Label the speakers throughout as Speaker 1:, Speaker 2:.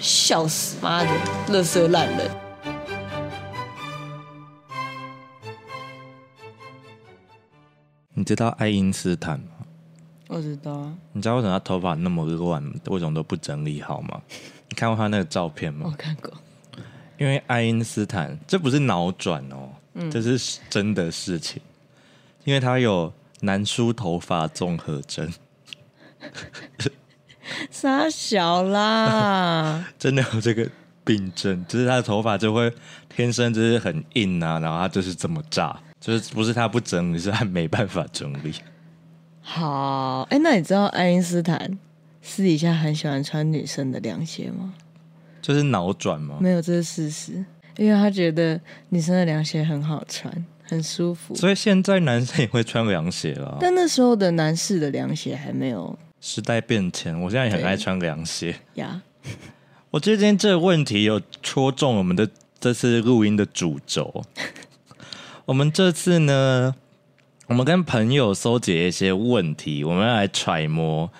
Speaker 1: 笑死，妈的，乐色烂人。
Speaker 2: 你知道爱因斯坦吗？
Speaker 1: 我知道啊，
Speaker 2: 你知道为什么他头发那么乱，为什么都不整理好吗？你看过他那个照片
Speaker 1: 我
Speaker 2: 吗？
Speaker 1: 看过。
Speaker 2: 因为爱因斯坦这不是脑转哦，这是真的事情，因为他有难梳头发综合征，
Speaker 1: 傻小啦，
Speaker 2: 真的有这个病症，就是他的头发就会天生就是很硬啊，然后他就是这么炸，就是不是他不整理，是他没办法整理。
Speaker 1: 好，哎、那你知道爱因斯坦私底下很喜欢穿女生的凉鞋吗？
Speaker 2: 就是脑转吗？
Speaker 1: 没有，这是事实，因为他觉得女生的凉鞋很好穿，很舒服。
Speaker 2: 所以现在男生也会穿凉鞋了。啊
Speaker 1: 但那时候的男士的凉鞋还没有
Speaker 2: 时代变迁，我现在也很
Speaker 1: 对
Speaker 2: 爱穿凉鞋。
Speaker 1: 呀，
Speaker 2: 我觉得今天这个问题有戳中我们的这次录音的主轴。 我们这次呢，我们跟朋友搜集一些问题，我们要来揣摩，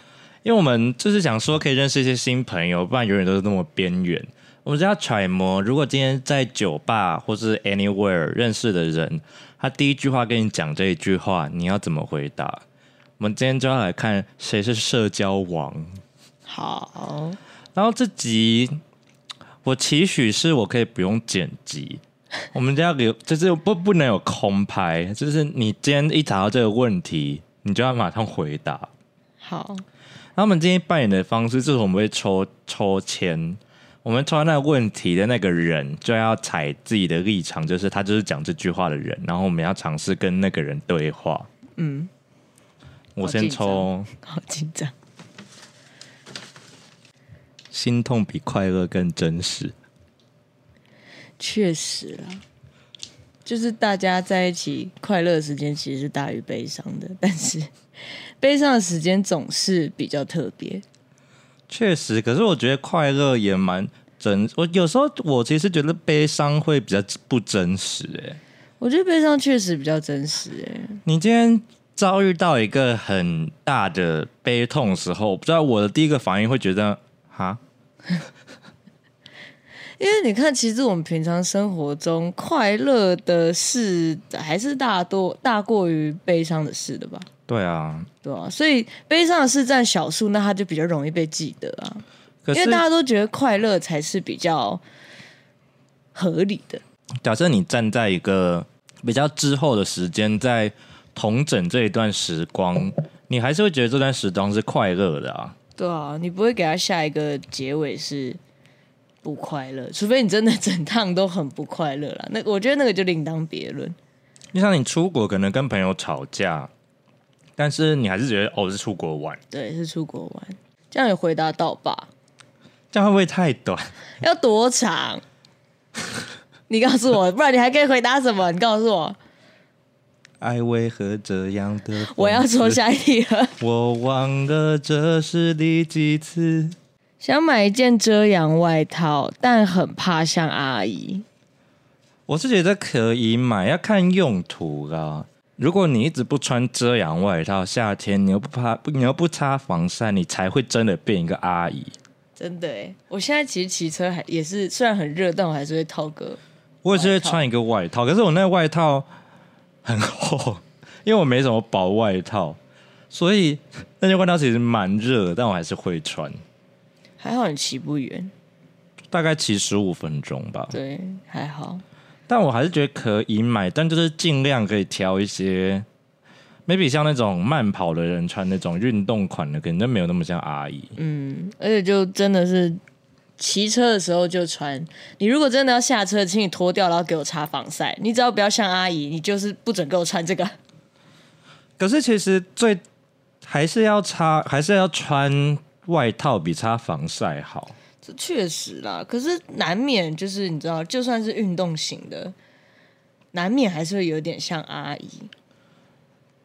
Speaker 2: 因为我们就是想说可以认识一些新朋友，不然永远都是那么边缘。我们就要揣摩，如果今天在酒吧或是 anywhere 认识的人，他第一句话跟你讲这一句话，你要怎么回答？我们今天就要来看谁是社交王。
Speaker 1: 好，
Speaker 2: 然后这集我期许是我可以不用剪辑，我们这要留，就是不不能有空拍，就是你今天一查到这个问题，你就要马上回答。
Speaker 1: 好，
Speaker 2: 然后我们今天扮演的方式就是我们会抽抽签，我们抽到那个问题的那个人就要踩自己的立场，就是他就是讲这句话的人，然后我们要尝试跟那个人对话。
Speaker 1: 嗯，
Speaker 2: 我先抽，
Speaker 1: 好紧张。
Speaker 2: 心痛比快乐更真实。
Speaker 1: 确实啦，就是大家在一起快乐的时间其实是大于悲伤的，但是 悲伤的时间总是比较特别。
Speaker 2: 确实，可是我觉得快乐也蛮真。我有时候我其实觉得悲伤会比较不真实、欸。
Speaker 1: 我觉得悲伤确实比较真实、欸，
Speaker 2: 你今天遭遇到一个很大的悲痛的时候，不知道我的第一个反应会觉得哈，
Speaker 1: 因为你看，其实我们平常生活中快乐的事还是大多大过于悲伤的事的吧，
Speaker 2: 对啊，
Speaker 1: 对啊，所以悲伤的事占少数，那它就比较容易被记得啊，
Speaker 2: 可
Speaker 1: 因
Speaker 2: 是
Speaker 1: 为大家都觉得快乐才是比较合理的。
Speaker 2: 假设你站在一个比较滞后的时间，在同整这一段时光，你还是会觉得这段时光是快乐的啊。
Speaker 1: 对啊，你不会给他下一个结尾是不快乐，除非你真的整趟都很不快乐啦。那我觉得那个就另当别论。
Speaker 2: 就像你出国可能跟朋友吵架，但是你还是觉得哦是出国玩，
Speaker 1: 对，是出国玩，这样有回答到吧？
Speaker 2: 这样会不会太短？
Speaker 1: 要多长？ 你告诉我，不然你还可以回答什么？你告诉我，
Speaker 2: 爱为何这样的？
Speaker 1: 我要说，下一题了。
Speaker 2: 我忘了这是第几次。
Speaker 1: 想买一件遮阳外套，但很怕像阿姨。
Speaker 2: 我是觉得可以买，要看用途啦。如果你一直不穿遮阳外套，夏天你又不怕，你又不擦防晒，你才会真的变一个阿姨。
Speaker 1: 真的哎，我现在其实骑车还也是，虽然很热，但我还是会套个
Speaker 2: 我也是会穿一个外套，可是我那个外套很厚，因为我没什么薄外套，所以那件外套其实蛮热的，但我还是会穿。
Speaker 1: 还好你骑不远，
Speaker 2: 大概骑十五分钟吧。
Speaker 1: 对，还好。
Speaker 2: 但我还是觉得可以买，但就是尽量可以挑一些，maybe 像那种慢跑的人穿那种运动款的，可能就没有那么像阿姨。
Speaker 1: 而且就真的是骑车的时候就穿。你如果真的要下车，请你脱掉，然后给我擦防晒。你只要不要像阿姨，你就是不准给我穿这个。
Speaker 2: 可是其实最还是要擦，还是要穿外套比擦防晒好。
Speaker 1: 这确实啦，可是难免就是你知道，就算是运动型的，难免还是会有点像阿姨。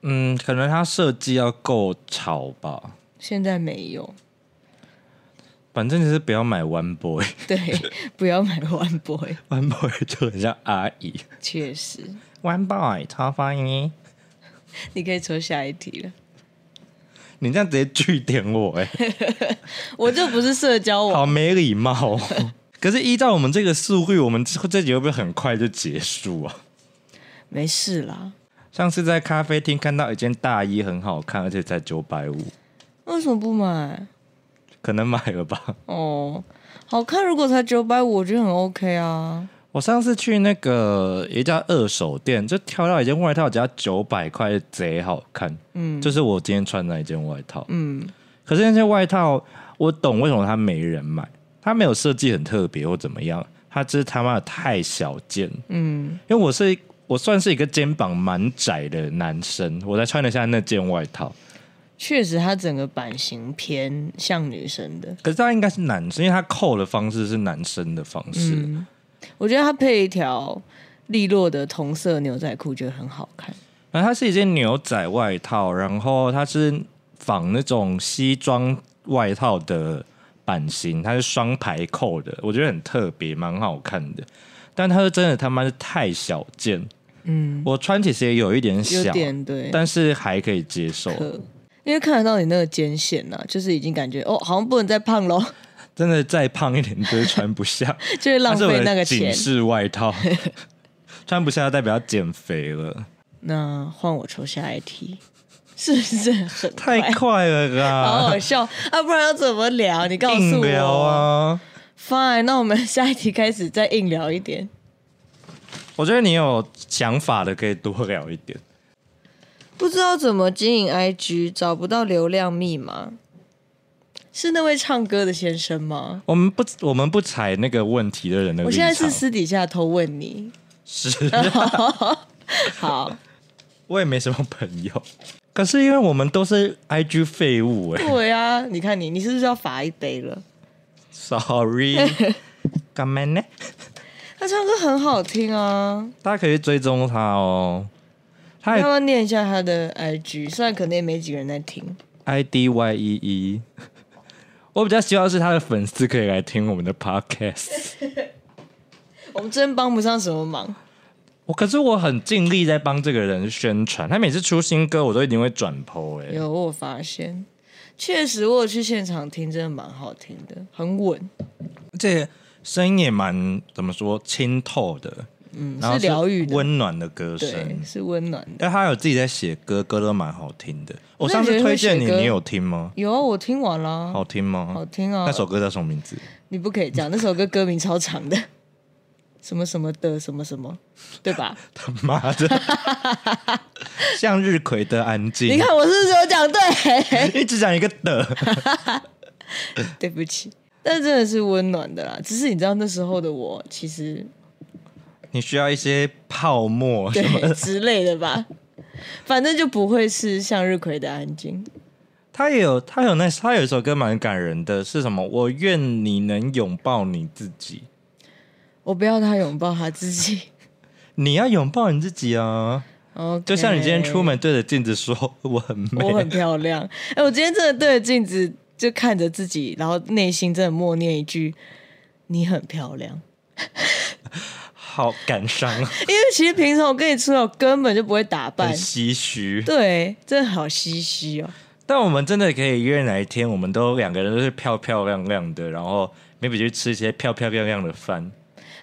Speaker 2: 嗯，可能它设计要够潮吧。
Speaker 1: 现在没有，
Speaker 2: 反正就是不要买 One Boy，One
Speaker 1: 对，不要买 One Boy，
Speaker 2: Boy 就很像阿姨。
Speaker 1: 确实，
Speaker 2: One Boy 超翻译。
Speaker 1: 你可以抽下一题了。
Speaker 2: 你这样直接据点我、欸，哎，
Speaker 1: 我这不是社交网，
Speaker 2: 好没礼貌、哦。 可是依照我们这个速率，我们这这集会不会很快就结束啊？
Speaker 1: 没事啦。
Speaker 2: 上次在咖啡厅看到一件大衣很好看，而且才九百五，
Speaker 1: 为什么不买？
Speaker 2: 可能买了吧。
Speaker 1: 哦，好看，如果才九百五，我觉得很 OK 啊。
Speaker 2: 我上次去那个一家二手店，就挑到一件外套，只要九百块，贼好看。嗯，就是我今天穿的那一件外套。
Speaker 1: 嗯，
Speaker 2: 可是那件外套，我懂为什么它没人买，它没有设计很特别或怎么样，它就是他妈的太小件。
Speaker 1: 嗯，
Speaker 2: 因为我是我算是一个肩膀蛮窄的男生，我才穿得下那件外套。
Speaker 1: 确实，它整个版型偏像女生的。
Speaker 2: 可是它应该是男生，因为它扣的方式是男生的方式。
Speaker 1: 嗯，我觉得它配一条利落的同色牛仔裤，觉得很好看。
Speaker 2: 然后它是一件牛仔外套，然后它是仿那种西装外套的版型，它是双排扣的，我觉得很特别，蛮好看的。但它是真的他妈是太小件，
Speaker 1: 嗯，
Speaker 2: 我穿其实也有一点
Speaker 1: 有
Speaker 2: 小，
Speaker 1: 点对，
Speaker 2: 但是还可以接受。
Speaker 1: 可因为看得到你那个肩线呐、就是已经感觉哦，好像不能再胖喽，
Speaker 2: 真的再胖一点就是穿不下，
Speaker 1: 就会浪
Speaker 2: 它是我
Speaker 1: 费
Speaker 2: 的
Speaker 1: 那个
Speaker 2: 紧
Speaker 1: 钱。
Speaker 2: 式 外套，穿不下代表要减肥了，
Speaker 1: 那换我抽下一题，是不是很快
Speaker 2: 太快了
Speaker 1: 好
Speaker 2: 啦！
Speaker 1: 好笑啊！不然要怎么聊？你告诉
Speaker 2: 硬
Speaker 1: 我。
Speaker 2: 聊啊！
Speaker 1: Fine，那我们下一题开始再硬聊一点。
Speaker 2: 我觉得你有想法的可以多聊一点。
Speaker 1: 不知道怎么经营 IG，找不到流量密码，是那位唱歌的先生吗？
Speaker 2: 我们不，我们不踩那个问题的人的立场。
Speaker 1: 我现在是私底下偷问你。
Speaker 2: 是
Speaker 1: 好，
Speaker 2: 我也没什么朋友。 可是因为我们都是 IG 废物 哎、
Speaker 1: 对啊，你看你，你是不是要罚一杯了？
Speaker 2: s o r r y 干嘛呢？
Speaker 1: 他唱歌很好听啊，
Speaker 2: 大家可以追踪他哦，他
Speaker 1: 要
Speaker 2: 也
Speaker 1: 不要念一下他的 IG？虽然可能也没几个人在听。
Speaker 2: I D Y E E。我比较希望是他的粉丝可以来听我们的 podcast。
Speaker 1: 我们真帮不上什么忙。
Speaker 2: 我可是我很尽力在帮这个人宣传，他每次出新歌我都一定会转播哎、
Speaker 1: 有我有发现，确实我有去现场听，真的蛮好听的，很稳，
Speaker 2: 而且声音也蛮怎么说清透的，
Speaker 1: 嗯，
Speaker 2: 然后
Speaker 1: 是疗愈的，
Speaker 2: 温暖的歌
Speaker 1: 对，
Speaker 2: 声。
Speaker 1: 是温暖的。
Speaker 2: 但他有自己在写歌，歌都蛮好听的。我
Speaker 1: 那
Speaker 2: 上
Speaker 1: 你觉
Speaker 2: 次
Speaker 1: 得
Speaker 2: 推
Speaker 1: 会
Speaker 2: 荐
Speaker 1: 写
Speaker 2: 你，
Speaker 1: 歌
Speaker 2: 你有听吗？
Speaker 1: 有啊，我听完啦，
Speaker 2: 好听吗？
Speaker 1: 好听啊。
Speaker 2: 那首歌叫什么名字？
Speaker 1: 你不可以这样，那首歌歌名超长的， 什么什么的什么什么，对 吧？
Speaker 2: 他妈 的，向日葵的安静。
Speaker 1: 你看哎我是不是有讲对？
Speaker 2: 一直讲一个的，
Speaker 1: 对不起，但真的是温暖的啦。只是你知道那时候的我，其实
Speaker 2: 你需要一些泡沫什么？
Speaker 1: 对 之类的吧，反正就不会是向日葵的安静。
Speaker 2: 他也有，他有那，他有一首歌蛮感人的，是什么？我愿你能拥抱你自己，
Speaker 1: 我不要他拥抱他自己。
Speaker 2: 你要拥抱你自己啊！
Speaker 1: 哦，
Speaker 2: 就像你今天出，门对着镜子说我很美
Speaker 1: 我，很漂亮。哎、我今天真的对着镜子就看着自己，然后内心真的默念一句：“你很漂亮。
Speaker 2: 好感伤，”啊
Speaker 1: 因为其实平常我跟你出来，我根本就不会打
Speaker 2: 很
Speaker 1: 扮，
Speaker 2: 唏嘘。
Speaker 1: 对，真的好唏嘘哦。
Speaker 2: 但我们真的可以约哪一天，我们都两个人都是漂漂亮亮的，然后 maybe 去吃一些漂漂亮亮的饭。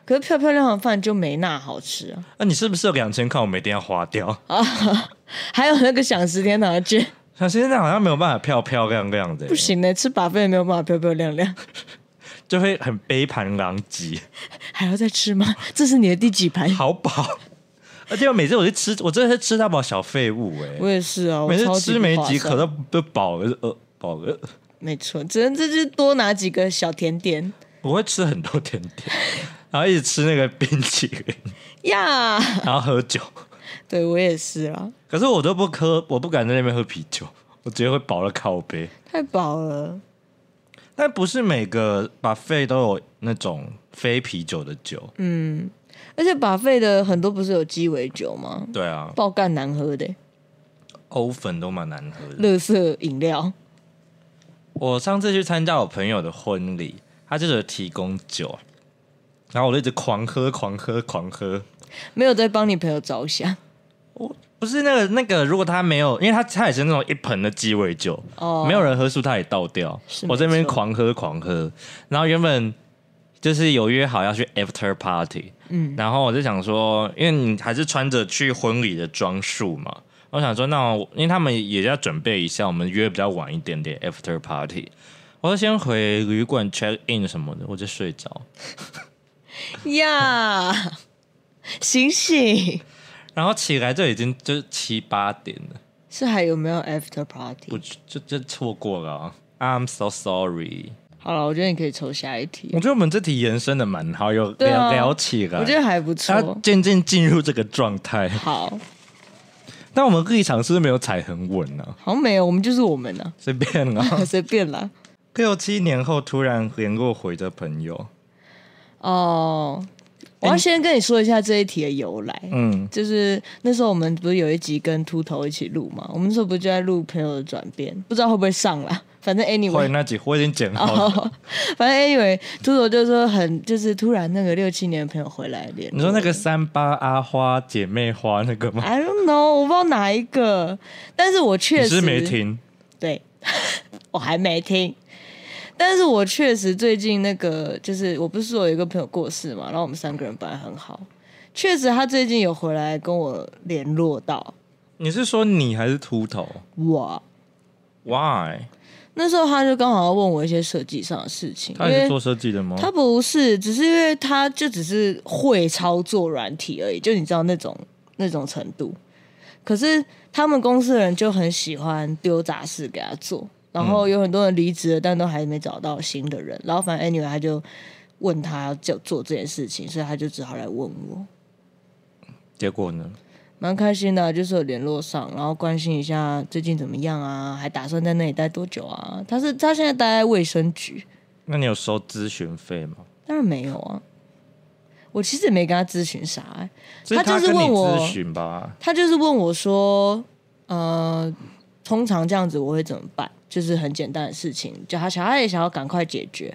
Speaker 1: 可是漂漂亮亮的饭就没那好吃啊！
Speaker 2: 那、你是不是有两千块？我们一定要花掉。
Speaker 1: 还有那个享食天堂的 券，
Speaker 2: 小现在好像没有办法漂漂亮亮的，
Speaker 1: 不行的，吃把费没有办法漂漂亮亮，
Speaker 2: 就会很杯盘狼藉，
Speaker 1: 还要再吃吗？这是你的第几盘？
Speaker 2: 好饱。而且我每次我去吃，我真的是吃到饱小废物哎、
Speaker 1: 我也是啊，我
Speaker 2: 每
Speaker 1: 超
Speaker 2: 次
Speaker 1: 级
Speaker 2: 吃
Speaker 1: 不
Speaker 2: 没
Speaker 1: 划
Speaker 2: 几
Speaker 1: 算
Speaker 2: 口都都饱了，呃饱了。
Speaker 1: 没错，只能这就是多拿几个小甜点
Speaker 2: 我会吃很多甜点， 然后一直吃那个冰淇淋，
Speaker 1: 呀。
Speaker 2: 然后喝酒。
Speaker 1: 对我也是啊啦。
Speaker 2: 可是我都不喝，我不敢在那边喝啤酒，我直接会饱了靠杯。
Speaker 1: 太饱了，
Speaker 2: 但不是每个把肺都有那种非啤酒的酒，
Speaker 1: 而且把费的很多不是有鸡尾酒吗？
Speaker 2: 对啊，
Speaker 1: 爆干难喝的，
Speaker 2: 欧粉都蛮难喝的。
Speaker 1: 乐色饮料。
Speaker 2: 我上次去参加我朋友的婚礼，他就是有提供酒，然后我就一直狂喝、狂喝、狂喝。
Speaker 1: 没有在帮你朋友着想，
Speaker 2: 我不是那个那个，如果他没有，因为他他也是那种一盆的鸡尾酒，
Speaker 1: 哦
Speaker 2: 没有人喝输，他也倒掉
Speaker 1: 是。
Speaker 2: 我这
Speaker 1: 没
Speaker 2: 边
Speaker 1: 错
Speaker 2: 狂喝狂喝，然后原本就是有约好要去 after party，
Speaker 1: 嗯，
Speaker 2: 然后我就想说，因为你还是穿着去婚礼的装束嘛，我想说，那我因为他们也要准备一下，我们约比较晚一点点 after party，我就先回旅馆 check in 什么的，我就睡着。
Speaker 1: 呀醒醒！
Speaker 2: 然后起来就已经就是七八点了，
Speaker 1: 是还有没有 after
Speaker 2: 我
Speaker 1: party？
Speaker 2: 就就就错过了啊、I'm so sorry。
Speaker 1: 好了，我觉得你可以抽下一题
Speaker 2: 我，觉得我们这题延伸的蛮好，有
Speaker 1: 对
Speaker 2: 聊、
Speaker 1: 啊
Speaker 2: 聊起来，
Speaker 1: 我觉得还不
Speaker 2: 他
Speaker 1: 错。
Speaker 2: 渐渐进入这个状态。
Speaker 1: 好，
Speaker 2: 但我们立场是不是没有踩很稳呢、啊？
Speaker 1: 好像没有，我们就是我们 呢、
Speaker 2: 随便啊，
Speaker 1: 啊，随便啦。
Speaker 2: 六七年后突然联络回的朋友，
Speaker 1: 哦，我要先跟你说一下这一题的由来。
Speaker 2: 嗯，
Speaker 1: 就是那时候我们不是有一集跟秃头一起录嘛，我们那时候不就在录朋友的转变，不知道会不会上啦。反正
Speaker 2: 后来
Speaker 1: anyway，
Speaker 2: 那几我已经剪好了。
Speaker 1: 哦， 反正 anyway，秃头就说很就是突然那个六七年的朋友回来联络，
Speaker 2: 你说那个三八阿花姐妹花那个吗？
Speaker 1: I don't know，我不知道哪一个，但是我啊确
Speaker 2: 你
Speaker 1: 实
Speaker 2: 是没听？
Speaker 1: 对，我还没听。但是我确实最近那个，就是我不是说有一个朋友过世嘛，然后我们三个人本来很好，确实他最近有回来跟我联络到
Speaker 2: 你是说你还是秃头
Speaker 1: 我。
Speaker 2: ？Why？
Speaker 1: 那时候他就刚好要问我一些设计上的事情，
Speaker 2: 他
Speaker 1: 因
Speaker 2: 也
Speaker 1: 为
Speaker 2: 是做设计的吗？
Speaker 1: 他不是，只是因为他就只是会操作软体而已，就你知道那种那种程度。可是他们公司的人就很喜欢丢杂事给他做，然后有很多人离职了，但都还没找到新的人。然后反正 anyway，他就问他就做这件事情，所以他就只好来问我，
Speaker 2: 结果呢？
Speaker 1: 蛮开心的啊、就是有联络上，然后关心一下最近怎么样啊，还打算在那里待多久啊？他是他现在待在卫生局，
Speaker 2: 那你有收咨询费吗？
Speaker 1: 当然没有啊。我其实也没跟他咨询啥、欸，
Speaker 2: 这
Speaker 1: 他就是
Speaker 2: 跟你
Speaker 1: 问我
Speaker 2: 咨询吧，
Speaker 1: 他就是问我说，呃，通常这样子我会怎么办？就是很简单的事情，就他想他哎也想要赶快解决，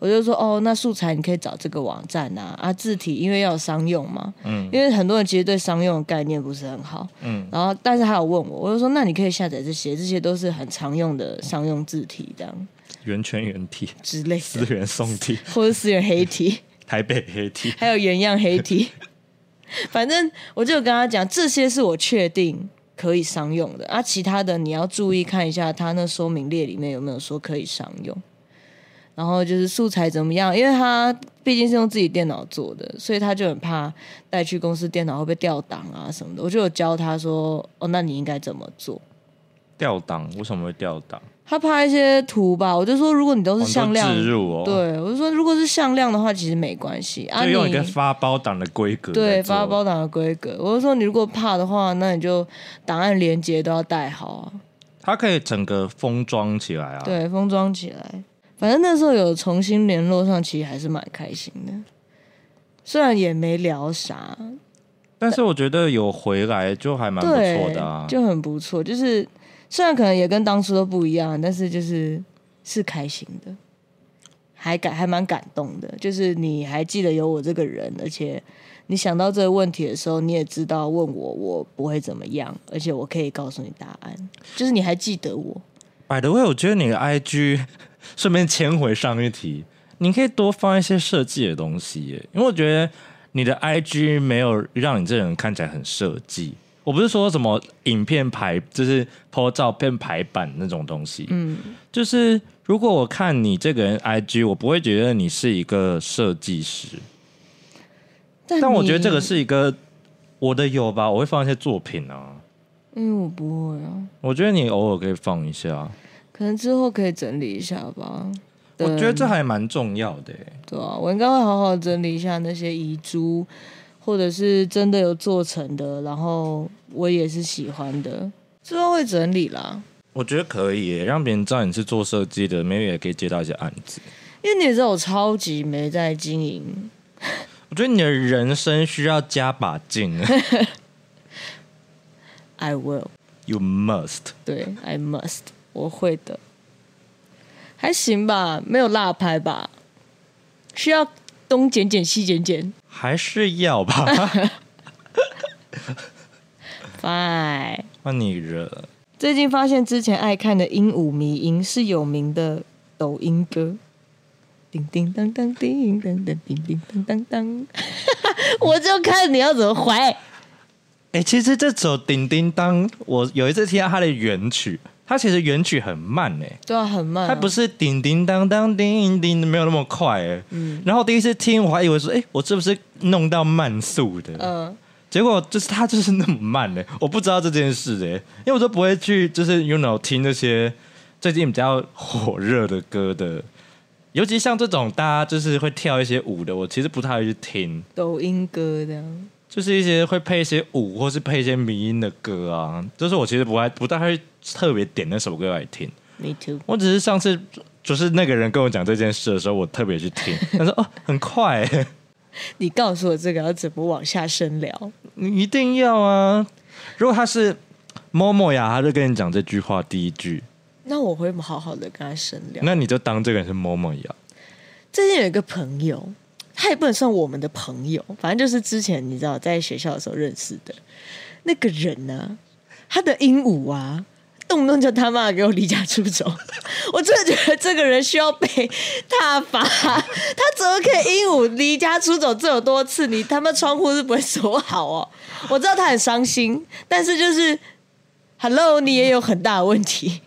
Speaker 1: 我就说哦，那素材你可以找这个网站啊，啊，字体因为要有商用嘛，
Speaker 2: 嗯
Speaker 1: 因为很多人其实对商用的概念不是很好，
Speaker 2: 嗯
Speaker 1: 然后但是他有问我，我就说那你可以下载这些，这些都是很常用的商用字体这样
Speaker 2: 源泉原体、
Speaker 1: 之类
Speaker 2: 资
Speaker 1: 的，
Speaker 2: 源送体、
Speaker 1: 或者私人黑体。
Speaker 2: 台北黑体。
Speaker 1: 还有原样黑体。反正我就有跟他讲，这些是我确定可以商用的，啊，其他的你要注意看一下他那说明列里面有没有说可以商用。然后就是素材怎么样，因为他毕竟是用自己电脑做的，所以他就很怕带去公司电脑会被调档啊什么的。我就有教他说，哦，那你应该怎么做？
Speaker 2: 掉档为什么会掉档？
Speaker 1: 他拍一些图吧，我就说如果你都是
Speaker 2: 很多
Speaker 1: 向量，
Speaker 2: 置入哦，，
Speaker 1: 对我就说如果是向量的话，其实没关系啊。
Speaker 2: 就
Speaker 1: 你
Speaker 2: 用一个发包档的规格
Speaker 1: 对
Speaker 2: 来做
Speaker 1: 发包档的规格。我就说你如果怕的话，那你就档案连接都要带好啊，
Speaker 2: 它可以整个封装起来啊。，
Speaker 1: 对，封装起来。反正那时候有重新联络上，其实还是蛮开心的。虽然也没聊啥，
Speaker 2: 但是我觉得有回来就还蛮不错
Speaker 1: 对
Speaker 2: 的啊，。
Speaker 1: 就很不错。就是虽然可能也跟当初都不一样，但是就是是开心的，还感还蛮感动的。就是你还记得有我这个人，而且你想到这个问题的时候，你也知道问我我不会怎么样，而且我可以告诉你答案，就是你还记得我。
Speaker 2: by the way，我觉得你的 IG 顺便牵回上一题，你可以多放一些设计的东西耶，因为我觉得你的 IG 没有让你这人看起来很设计。我不是说什么影片排，就是 po 照片排版那种东西，
Speaker 1: 嗯，
Speaker 2: 就是如果我看你这个人 IG，我不会觉得你是一个设计师，
Speaker 1: 但
Speaker 2: 但我觉得
Speaker 1: 你
Speaker 2: 这个，是一个我的有吧，我会放一些作品啊。
Speaker 1: 因为我不会啊，
Speaker 2: 我觉得你偶尔可以放一下，啊
Speaker 1: 可能之后可以整理一下吧。
Speaker 2: 我
Speaker 1: 对
Speaker 2: 觉得这还蛮重要的欸。
Speaker 1: 对啊，我应该会好好整理一下那些遗珠，或者是真的有做成的，然后我也是喜欢的，之后会整理啦。
Speaker 2: 我觉得可以欸让别人知道你是做设计的，maybe 也可以接到一些案子。
Speaker 1: 因为你也知道我超级没在经营，
Speaker 2: 我觉得你的人生需要加把劲
Speaker 1: ，I will，
Speaker 2: ，You must。
Speaker 1: 对，I must，我会的，还行吧，没有落拍吧，需要东剪剪西剪剪，
Speaker 2: 还是要吧？
Speaker 1: Fine。
Speaker 2: 换你惹。
Speaker 1: 最近发现之前爱看的鹦鹉迷音是有名的抖音歌，叮叮当当叮当当叮叮当当当， 我就看你要怎么回。
Speaker 2: 哎、其实这首《叮叮当》，我有一次听到它的原曲，它其实原曲很慢哎、
Speaker 1: 对啊，很慢、啊。
Speaker 2: 它不是叮叮当当叮叮，没有那么快哎、然后第一次听，我还以为说，哎、我是不是弄到慢速的？
Speaker 1: 嗯，
Speaker 2: 结果就是它就是那么慢嘞、 我不知道这件事哎、因为我都不会去就是 you know 听那些最近比较火热的歌的，尤其像这种大家就是会跳一些舞的，我其实不太会去听，
Speaker 1: 抖音歌这样。
Speaker 2: 就是一些会配一些舞或是配一些迷音的歌啊，就是我其实不爱不太会特别点那首歌来听，
Speaker 1: Me too。
Speaker 2: 我只是上次就是那个人跟我讲这件事的时候，我特别去听，他说哦很快、欸，
Speaker 1: 你告诉我这个要怎么往下深聊？
Speaker 2: 你一定要啊！如果他是某某呀，他就跟你讲这句话第一句，
Speaker 1: 那我会好好的跟他深聊。
Speaker 2: 那你就当这个人是某某呀。
Speaker 1: 最近有一个朋友，他也不能算我们的朋友，反正就是之前你知道在学校的时候认识的那个人呢、他的鹦鹉啊，动不动就他妈给我离家出走， 我真的觉得这个人需要被踏伐。他怎么可以鹦鹉离家出走这么多次？你他妈窗户是不会锁好哦？我知道他很伤心，但是就是，Hello，你也有很大的问题。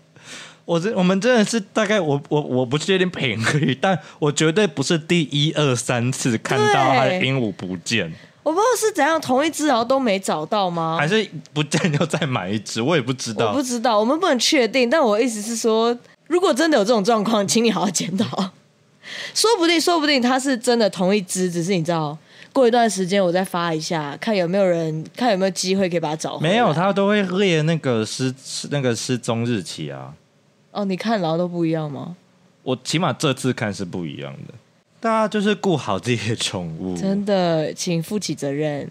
Speaker 2: 我这我们真的是大概我我我不确定频率，但我绝对不是第一二三次看到他的
Speaker 1: 对
Speaker 2: 鹦鹉不见，
Speaker 1: 我不知道是怎样，同一只然后都没找到吗？
Speaker 2: 还是不见就再买一只，我也不知
Speaker 1: 我
Speaker 2: 道
Speaker 1: 不。知道，我们不能确定。但我意思是说，如果真的有这种状况，请你好好检讨。 说不定，说不定它是真的同一只，只是你知道，过一段时间我再发一下，看有没有人，看有没有机会可以把它找回来。
Speaker 2: 没有，他都会列那个失失那个失踪日期啊。
Speaker 1: 哦，你看然后都不一样吗？
Speaker 2: 我起码这次看是不一样的。大家就是顾好自己的宠物，
Speaker 1: 真的，请负起责任，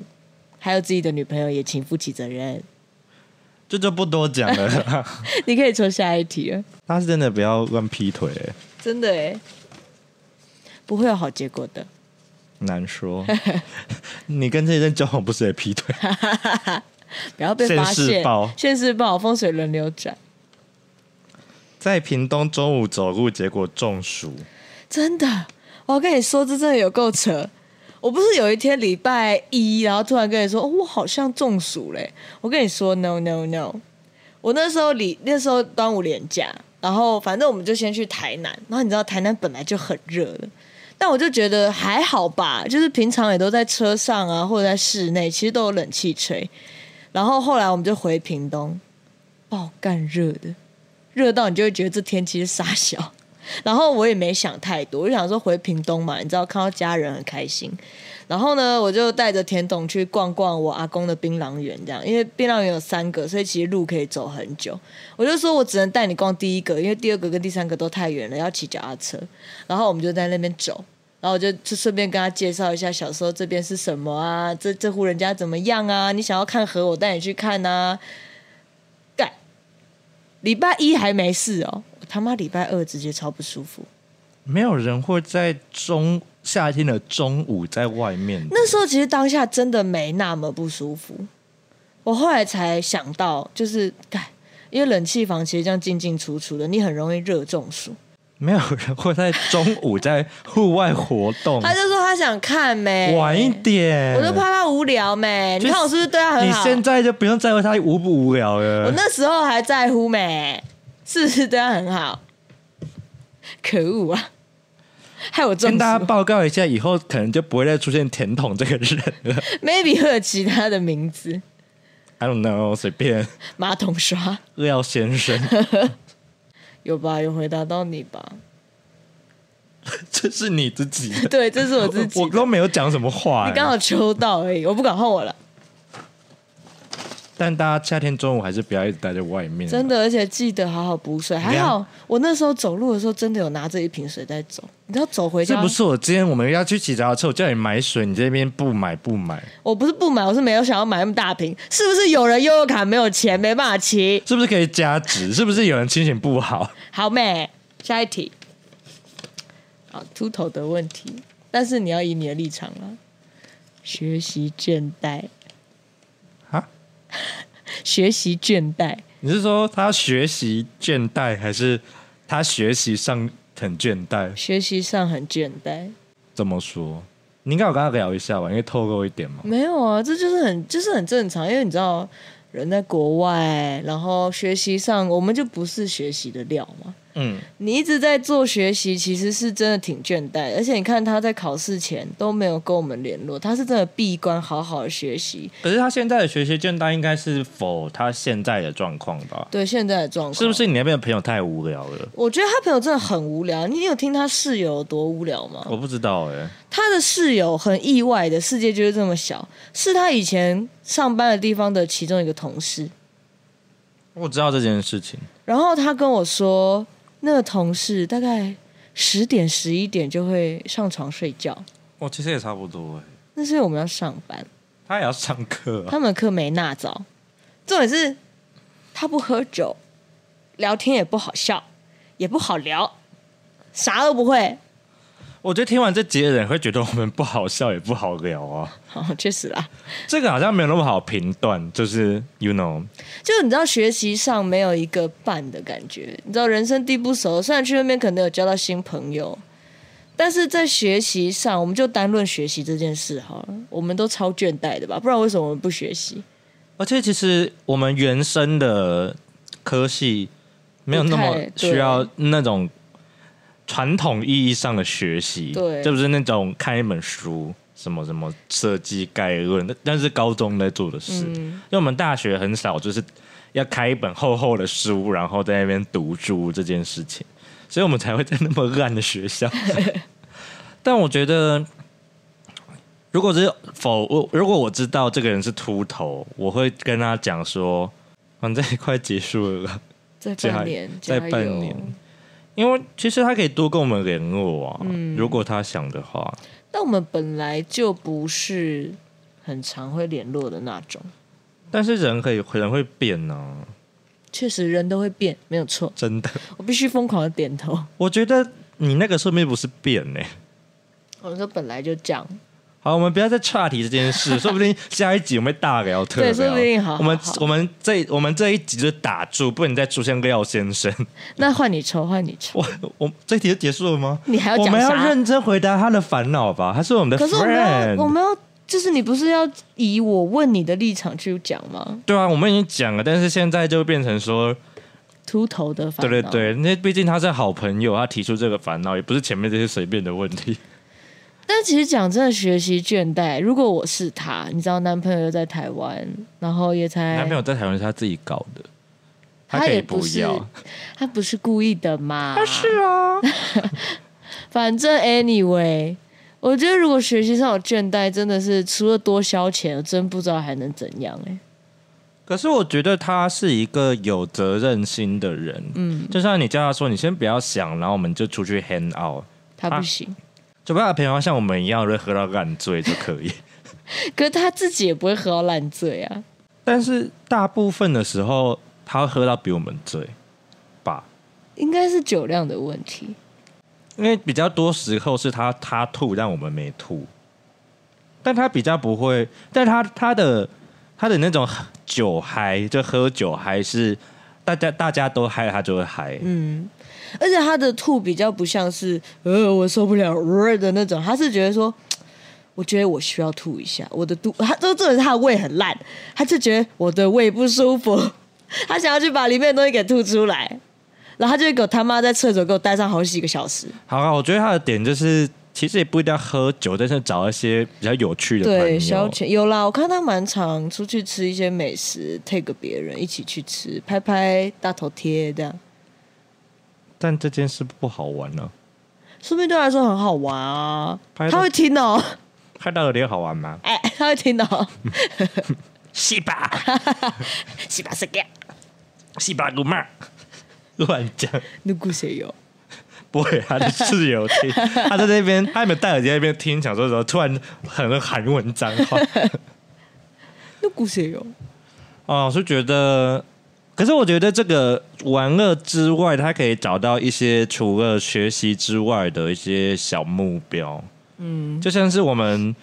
Speaker 1: 还有自己的女朋友也请负起责任。
Speaker 2: 这就不多讲了啦。
Speaker 1: 你可以抽下一题了，
Speaker 2: 大家是真的不要乱劈腿、欸
Speaker 1: 真的哎，不会有好结果的。
Speaker 2: 难说。你跟这些人交往不是也劈腿？
Speaker 1: 不要被发现，
Speaker 2: 现世报
Speaker 1: 现世报风水轮流转。
Speaker 2: 在屏东中午走路，结果中暑。
Speaker 1: 真的，我跟你说，这真的有够扯。我不是有一天礼拜一，然后突然跟你说，哦、我好像中暑嘞。我跟你说，no no no，我那时候礼那时候端午连假，然后反正我们就先去台南，然后你知道台南本来就很热了。但我就觉得还好吧，就是平常也都在车上啊，或者在室内，其实都有冷气吹。然后后来我们就回屏东，爆干热的，热到你就会觉得这天气是傻小。然后我也没想太多，我就想说回屏东嘛，你知道看到家人很开心。然后呢，我就带着田董去逛逛我阿公的槟榔园，这样，因为槟榔园有三个，所以其实路可以走很久。我就说我只能带你逛第一个，因为第二个跟第三个都太远了，要骑脚踏车。然后我们就在那边走，然后我就就顺便跟他介绍一下小时候这边是什么啊，这这户人家怎么样啊？你想要看河，我带你去看啊。干，礼拜一还没事哦，我他妈礼拜二直接超不舒服。
Speaker 2: 没有人会在中夏天的中午在外面的。
Speaker 1: 那时候其实当下真的没那么不舒服，我后来才想到，就是干，因为冷气房其实这样进进出出的，你很容易热中暑。
Speaker 2: 没有人会在中午在户外活 动，
Speaker 1: 他就说他想看没，
Speaker 2: 晚一点。
Speaker 1: 我就怕他无聊没。你看我是不是对他很
Speaker 2: 你
Speaker 1: 好？
Speaker 2: 现在就不用在乎他无不无聊了。
Speaker 1: 我那时候还在乎没，是不是对他很好？可恶啊！害我中暑
Speaker 2: 跟大家报告一下，以后可能就不会再出现甜筒这个人了。
Speaker 1: ，maybe 会有其他的名字，
Speaker 2: I don't know，随便
Speaker 1: 马桶刷
Speaker 2: 廖先生，
Speaker 1: 有吧？有回答到你吧？
Speaker 2: 这是你自己的，
Speaker 1: 对，这是我自己
Speaker 2: 我
Speaker 1: 的。
Speaker 2: 都没有讲什么话、
Speaker 1: 你刚
Speaker 2: 哎
Speaker 1: 好抽到而已，我不敢换我了，
Speaker 2: 但大家夏天中午还是不要一直待在外面。啊
Speaker 1: 真的。而且记得好好补水，还好我那时候走路的时候真的有拿着一瓶水在走。你知道走回
Speaker 2: 这
Speaker 1: 家，
Speaker 2: 不是我今天我们要去洗澡的车，我叫你买水，你这边不买不买，
Speaker 1: 我不是不买，我是没有想要买那么大瓶。是不是有人悠游卡没有钱没办法骑？
Speaker 2: 是不是可以加值？是不是有人心情不好？
Speaker 1: 好美，下一题。好，秃头的问题，但是你要以你的立场啊。学习倦怠
Speaker 2: 啊，
Speaker 1: 学习倦怠。
Speaker 2: 你是说他学习倦怠，还是他学习上很倦怠？
Speaker 1: 学习上很倦怠。
Speaker 2: 怎么说？你应该有跟他聊一下吧，因为透露一点嘛。
Speaker 1: 没有啊，这就是很就是很正常，因为你知道人在国外，然后学习上我们就不是学习的料嘛。
Speaker 2: 嗯，
Speaker 1: 你一直在做学习，其实是真的挺倦怠，而且你看他在考试前都没有跟我们联络，他是真的闭关好好的学习。
Speaker 2: 可是他现在的学习倦怠应该是否他现在的状况吧？
Speaker 1: 对现在的状况，
Speaker 2: 是不？是你那边的朋友太无聊了？
Speaker 1: 我觉得他朋友真的很无聊，你有听他室友有多无聊吗？
Speaker 2: 我不知道哎、
Speaker 1: 他的室友很意外的，世界就是这么小，是他以前上班的地方的其中一个同事。
Speaker 2: 我知道这件事情。
Speaker 1: 然后他跟我说，那个同事大概十点十一点就会上床睡觉，
Speaker 2: 我其实也差不多哎、
Speaker 1: 那是因为我们要上班，
Speaker 2: 他也要上课啊。
Speaker 1: 他们的课没那早。重点是他不喝酒，聊天也不好笑，也不好聊，啥都不会。
Speaker 2: 我觉得听完这集的人会觉得我们不好笑也不好聊啊，
Speaker 1: 好，哦确实啦，
Speaker 2: 这个好像没有那么好评断，就是 you know，
Speaker 1: 就你知道学习上没有一个伴的感觉，你知道人生地不熟，虽然去那边可能有交到新朋友，但是在学习上，我们就单论学习这件事好了，我们都超倦怠的吧？不然为什么我们不学习？
Speaker 2: 而且其实我们原生的科系没有那
Speaker 1: 不
Speaker 2: 么
Speaker 1: 太对
Speaker 2: 需要那种传统意义上的学习，
Speaker 1: 对
Speaker 2: 就不是那种看一本书什么什么设计概论，那那是高中在做的事。因为我们大学很少就是要开一本厚厚的书，然后在那边读书这件事情，所以我们才会在那么烂的学校。但我觉得，如果是否我如果我知道这个人是秃头，我会跟他讲说，哦反正也快结束了啦，
Speaker 1: 在
Speaker 2: 加
Speaker 1: 半年，
Speaker 2: 在
Speaker 1: 加油
Speaker 2: 半年。因为其实他可以多跟我们联络啊，
Speaker 1: 嗯
Speaker 2: 如果他想的话。
Speaker 1: 但我们本来就不是很常会联络的那种，
Speaker 2: 但是人可以人会变呢、啊，
Speaker 1: 确实人都会变，没有错。
Speaker 2: 真的。
Speaker 1: 我必须疯狂的点头。
Speaker 2: 我觉得你那个说明不是变呢、
Speaker 1: 我哦说本来就这样，
Speaker 2: 好，我们不要再岔题这 件事，说不定下一集我们会大聊特聊。
Speaker 1: 对说不定好好
Speaker 2: 我们
Speaker 1: 好
Speaker 2: 我们这我们这一集就打住，不能再出现廖先生。
Speaker 1: 那换你抽，换你抽。
Speaker 2: 我我这一题就结束了吗？
Speaker 1: 你还要
Speaker 2: 我
Speaker 1: 讲
Speaker 2: 们要
Speaker 1: 啥？
Speaker 2: 认真回答他的烦恼吧，他是我们的
Speaker 1: 可是我们要，我
Speaker 2: friend。
Speaker 1: 们要，就是你不是要以我问你的立场去讲吗？
Speaker 2: 对啊，我们已经讲了，但是现在就变成说，
Speaker 1: 秃头的烦
Speaker 2: 对
Speaker 1: 恼，
Speaker 2: 对，对，那毕竟他是好朋友，他提出这个烦恼，也不是前面这些随便的问题。
Speaker 1: 但其实讲真的，学习倦怠，如果我是他，你知道，男朋友又在台湾，然后也才
Speaker 2: 男朋友在台湾是他自己搞的，他
Speaker 1: 他
Speaker 2: 可以
Speaker 1: 也不
Speaker 2: 不
Speaker 1: 是
Speaker 2: 要。
Speaker 1: 他不是故意的嘛？
Speaker 2: 啊，
Speaker 1: 反正 anyway，我觉得如果学习上有倦怠，真的是除了多消遣，我真不知道还能怎样哎、
Speaker 2: 可是我觉得他是一个有责任心的人，嗯，就像你叫他说，你先不要想，然后我们就出去 hang out，
Speaker 1: 他
Speaker 2: 啊
Speaker 1: 不行，
Speaker 2: 就不要平常像我们一样，会喝到烂醉就可 以。
Speaker 1: 可是他自己也不会喝到烂醉啊。
Speaker 2: 但是大部分的时候，他会喝到比我们醉吧，
Speaker 1: 应该是酒量的问题，
Speaker 2: 因为比较多时候是他他吐，但我们没吐，但他比较不会，但他他的他的那种酒嗨，就喝酒嗨是大家大家都嗨，他就会嗨，
Speaker 1: 嗯，而且他的吐比较不像是呃我受不了呃的那种，他是觉得说，我觉得我需要吐一下，我的肚，他都这种他的胃很烂，他就觉得我的胃不舒服， 他想要去把里面的东西给吐出来，然后他就会给我他妈在厕所给我待上好几个小时，
Speaker 2: 好啊，我觉得他的点就是，其实也不一定要喝酒，但是找一些比较有趣的朋友。
Speaker 1: 对，消遣有啦，我看他蛮常出去吃一些美食，take 别人一起去吃，拍拍大头贴这样，
Speaker 2: 但这件事不好玩呢、
Speaker 1: 说不定对他来说很好玩啊，
Speaker 2: 拍到
Speaker 1: 他会听哦、
Speaker 2: 拍到有点好玩 吗？
Speaker 1: 哎，他会听 到，
Speaker 2: 是吧？
Speaker 1: 西巴斯盖，
Speaker 2: 是吧，鲁曼？ 乱讲，
Speaker 1: 那故事有。
Speaker 2: 不会，啊他的室友听，他在那边，他有没有戴耳机在那边听，想说什么？突然很韩文脏话。
Speaker 1: 那故事有，
Speaker 2: 哦，我是觉得，可是我觉得这个玩乐之外，他可以找到一些除了学习之外的一些小目标。嗯，就像是我们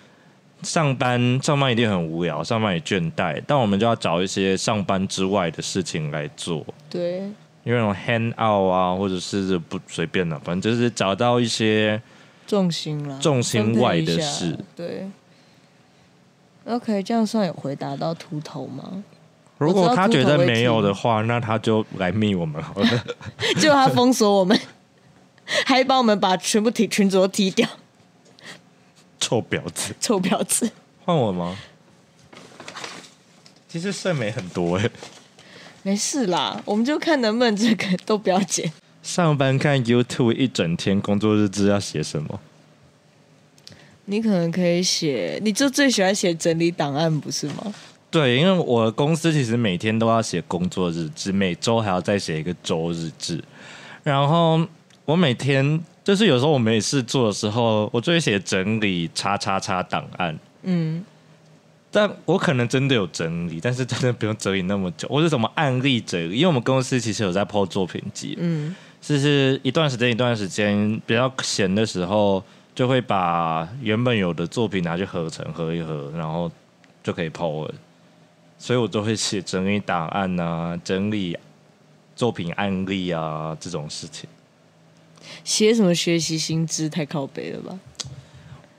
Speaker 2: 上班上班一定很无聊，上班也倦怠，但我们就要找一些上班之外的事情来做，
Speaker 1: 对，
Speaker 2: 因为那种 hang out 啊，或者是不随便的、反正就是找到一些
Speaker 1: 重心啦，
Speaker 2: 重心外
Speaker 1: 分
Speaker 2: 的
Speaker 1: 配一下
Speaker 2: 事。
Speaker 1: 对。OK，这样算有回答到秃头吗？
Speaker 2: 如果他觉
Speaker 1: 我知道
Speaker 2: 得
Speaker 1: 猪头会
Speaker 2: 没有的话，那他就来密我们好了。
Speaker 1: 结果他封锁我们， 还把我们把全部踢群主都踢掉，
Speaker 2: 臭婊 子，
Speaker 1: 臭婊子！
Speaker 2: 换我吗？其实剩没很多哎、
Speaker 1: 没事啦，我们就看能不能这个都不要剪。
Speaker 2: 上班看 YouTube 一整天，工作日志要写什么？
Speaker 1: 你可能可以写，你就最喜欢写整理档案，不是吗？
Speaker 2: 对，因为我公司其实每天都要写工作日志，每周还要再写一个周日志。然后我每天就是有时候我没事做的时候，我就会写整理叉叉叉档案。
Speaker 1: 嗯，
Speaker 2: 但我可能真的有整理，但是真的不用整理那么久，或是什么案例整理，因为我们公司其实有在 PO 作品集，啊
Speaker 1: 嗯，
Speaker 2: 就是一段时间一段时间比较闲的时候，就会把原本有的作品拿去合成合一合，然后就可以 PO 了。所以我都会写整理档案啊，整理作品案例啊这种事情。
Speaker 1: 写什么学习新知太靠北了吧？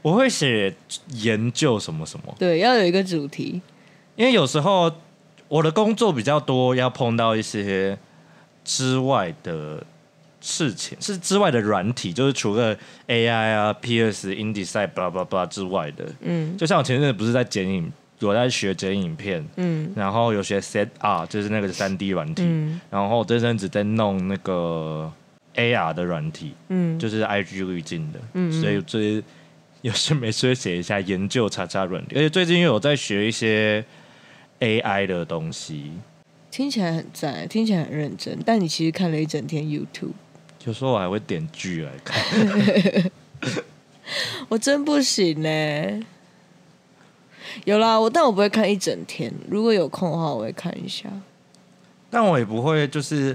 Speaker 2: 我会写研究什么什么，
Speaker 1: 对，要有一个主题。
Speaker 2: 因为有时候我的工作比较多，要碰到一些之外的事情，是之外的软体，就是除了 AI 啊、PS、InDesign、blah blah blah 之外的。
Speaker 1: 嗯
Speaker 2: 就像我前阵子不是在剪影，我在学剪影片，
Speaker 1: 嗯
Speaker 2: 然后有学 Set R，就是那个三 D 软体，
Speaker 1: 嗯
Speaker 2: 然后我这阵子在弄那个 AR 的软体，
Speaker 1: 嗯，
Speaker 2: 就是 IG 滤镜的，
Speaker 1: 嗯嗯
Speaker 2: 所以最有事没事会写一下研究叉叉软体，而且最近又有在学一些 AI 的东西，
Speaker 1: 听起来很赞，听起来很认真，但你其实看了一整天 YouTube。
Speaker 2: 有时候我还会点剧来看。
Speaker 1: 我真不行呢、有啦，我但我不会看一整天，如果有空的话，我会看一下。
Speaker 2: 但我也不会就是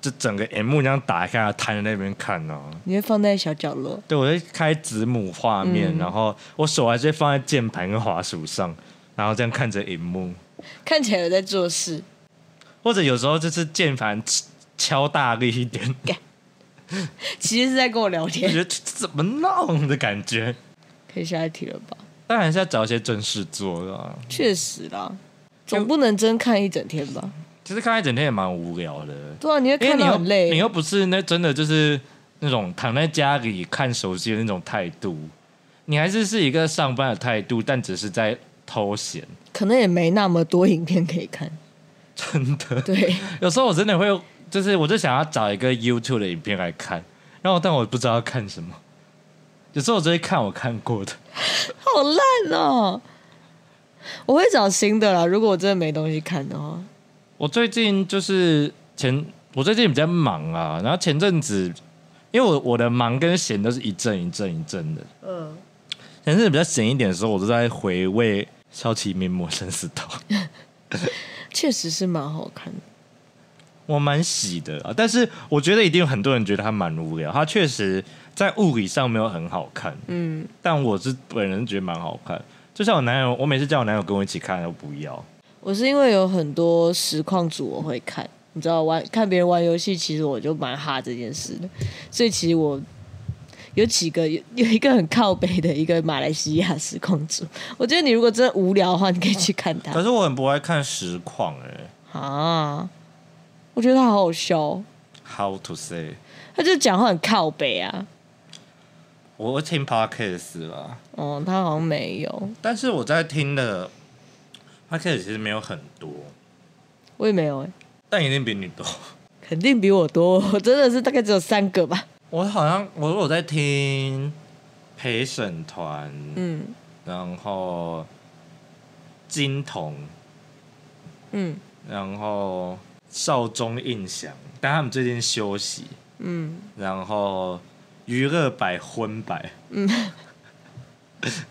Speaker 2: 这整个 M 这样打开啊，摊在那边看呢、啊。
Speaker 1: 你会放在小角落，
Speaker 2: 对，我会开子母画面，
Speaker 1: 嗯
Speaker 2: 然后我手还是会放在键盘跟滑鼠上，然后这样看着荧幕，
Speaker 1: 看起来有在做事，
Speaker 2: 或者有时候就是键盘敲大力一点，
Speaker 1: 其实是在跟我聊
Speaker 2: 就
Speaker 1: 天。
Speaker 2: 觉得怎么弄的感觉。
Speaker 1: 可以下一题了吧？
Speaker 2: 当然是要找一些正事做的、啊，
Speaker 1: 确实啦，总不能真看一整天吧？
Speaker 2: 其实看一整天也蛮无聊的，
Speaker 1: 对啊，你会
Speaker 2: 因为
Speaker 1: 看
Speaker 2: 你
Speaker 1: 到
Speaker 2: 又
Speaker 1: 很
Speaker 2: 你
Speaker 1: 累。
Speaker 2: 又不是那真的就是那种躺在家里看手机的那种态度，你还是是一个上班的态度，但只是在偷闲。
Speaker 1: 可能也没那么多影片可以看。
Speaker 2: 真的，
Speaker 1: 对，
Speaker 2: 有时候我真的会，就是我就想要找一个 YouTube 的影片来看，然后但我不知道要看什么。有时候我就会看我看过的，
Speaker 1: 好烂哦、我会找新的啦，如果我真的没东西看的话。
Speaker 2: 我最近就是前，我最近比较忙啊，然后前阵子，因为我我的忙跟闲都是一阵一阵一阵的，
Speaker 1: 嗯，
Speaker 2: 前阵子比较闲一点的时候，我都在回味《肖其明魔生死斗》，
Speaker 1: 确实是蛮好看的。
Speaker 2: 我蛮喜的啊，但是我觉得一定有很多人觉得它蛮无聊，它确实在物理上没有很好看，
Speaker 1: 嗯，
Speaker 2: 但我是本人觉得蛮好看。就像我男友，我每次叫我男友跟我一起看，我不要。
Speaker 1: 我是因为有很多实况组我会看，你知道玩看别人玩游戏，其实我就蛮哈这件事的，所以其实我有几个有有一个很靠北的一个马来西亚实况组，我觉得你如果真的无聊的话，你可以去看
Speaker 2: 可
Speaker 1: 他
Speaker 2: 是我很不爱看实况哎、
Speaker 1: 啊，我觉得他好好笑哦、
Speaker 2: h o w to say？
Speaker 1: 他就讲话很靠北啊，
Speaker 2: 我会听 podcast 啦，
Speaker 1: 哦，他好像没有，
Speaker 2: 但是我在听的 podcast 其实没有很多，
Speaker 1: 我也没有哎、
Speaker 2: 但一定比你多。
Speaker 1: 肯定比我多， 我真的是大概只有三个吧，
Speaker 2: 我好像我我在听陪审团，
Speaker 1: 嗯
Speaker 2: 然后金童，
Speaker 1: 嗯
Speaker 2: 然后少中印象，但他们最近休息，
Speaker 1: 嗯，
Speaker 2: 然后娱乐百婚百，嗯，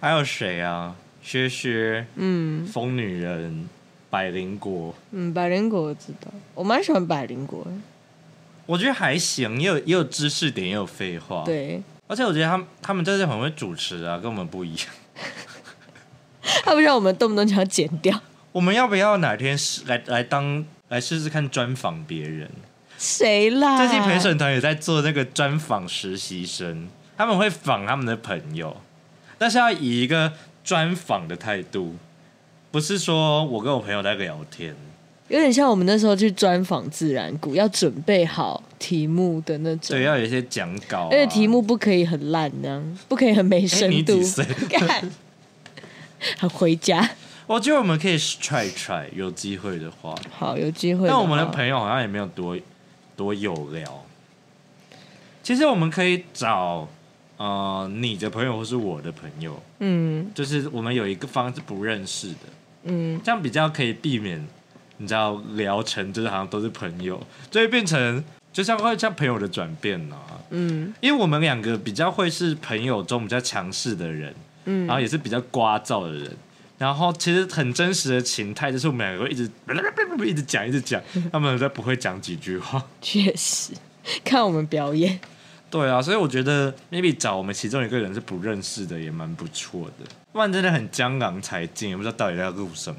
Speaker 2: 还有谁啊？薛薛，
Speaker 1: 嗯
Speaker 2: 疯女人，百灵果，
Speaker 1: 嗯，百灵果我知道，我蛮喜欢百灵果的。
Speaker 2: 我觉得还行，也有也有知识点，也有废话，，
Speaker 1: 对，
Speaker 2: 而且我觉得他们他们真的很会主持啊，跟我们不一样。
Speaker 1: 他不像我们动不动就要剪掉。
Speaker 2: 我们要不要哪天试来来当来试试看专访别人？
Speaker 1: 谁啦？
Speaker 2: 最近陪审团也在做那个专访实习生，他们会访他们的朋友，但是要以一个专访的态度，不是说我跟我朋友在聊天。
Speaker 1: 有点像我们那时候去专访自然谷，要准备好题目的那种
Speaker 2: 对，。要有一些讲稿、啊，
Speaker 1: 而且题目不可以很烂呢、不可以很没
Speaker 2: 哎你
Speaker 1: 深度
Speaker 2: 几。 岁？
Speaker 1: 干，很回家。
Speaker 2: 我觉得我们可以 try try，有机会的话。
Speaker 1: 好，有机会。
Speaker 2: 但我们的朋友好像也没有多多有聊。其实我们可以找呃你的朋友或是我的朋友，
Speaker 1: 嗯
Speaker 2: 就是我们有一个方是不认识的，
Speaker 1: 嗯，
Speaker 2: 这样比较可以避免你知道聊成就是好像都是朋友，就会变成就像会像朋友的转变呢、
Speaker 1: 嗯
Speaker 2: 因为我们两个比较会是朋友中比较强势的人，
Speaker 1: 嗯
Speaker 2: 然后也是比较聒噪的人。然后其实很真实的情态就是我们两个会一直 一直讲一直讲，他们都不会讲几句话。
Speaker 1: 确实，看我们表演。
Speaker 2: 对啊，所以我觉得 maybe 找我们其中一个人是不认识的也蛮不错的，不然真的很江郎才尽，也不知道到底在录什么。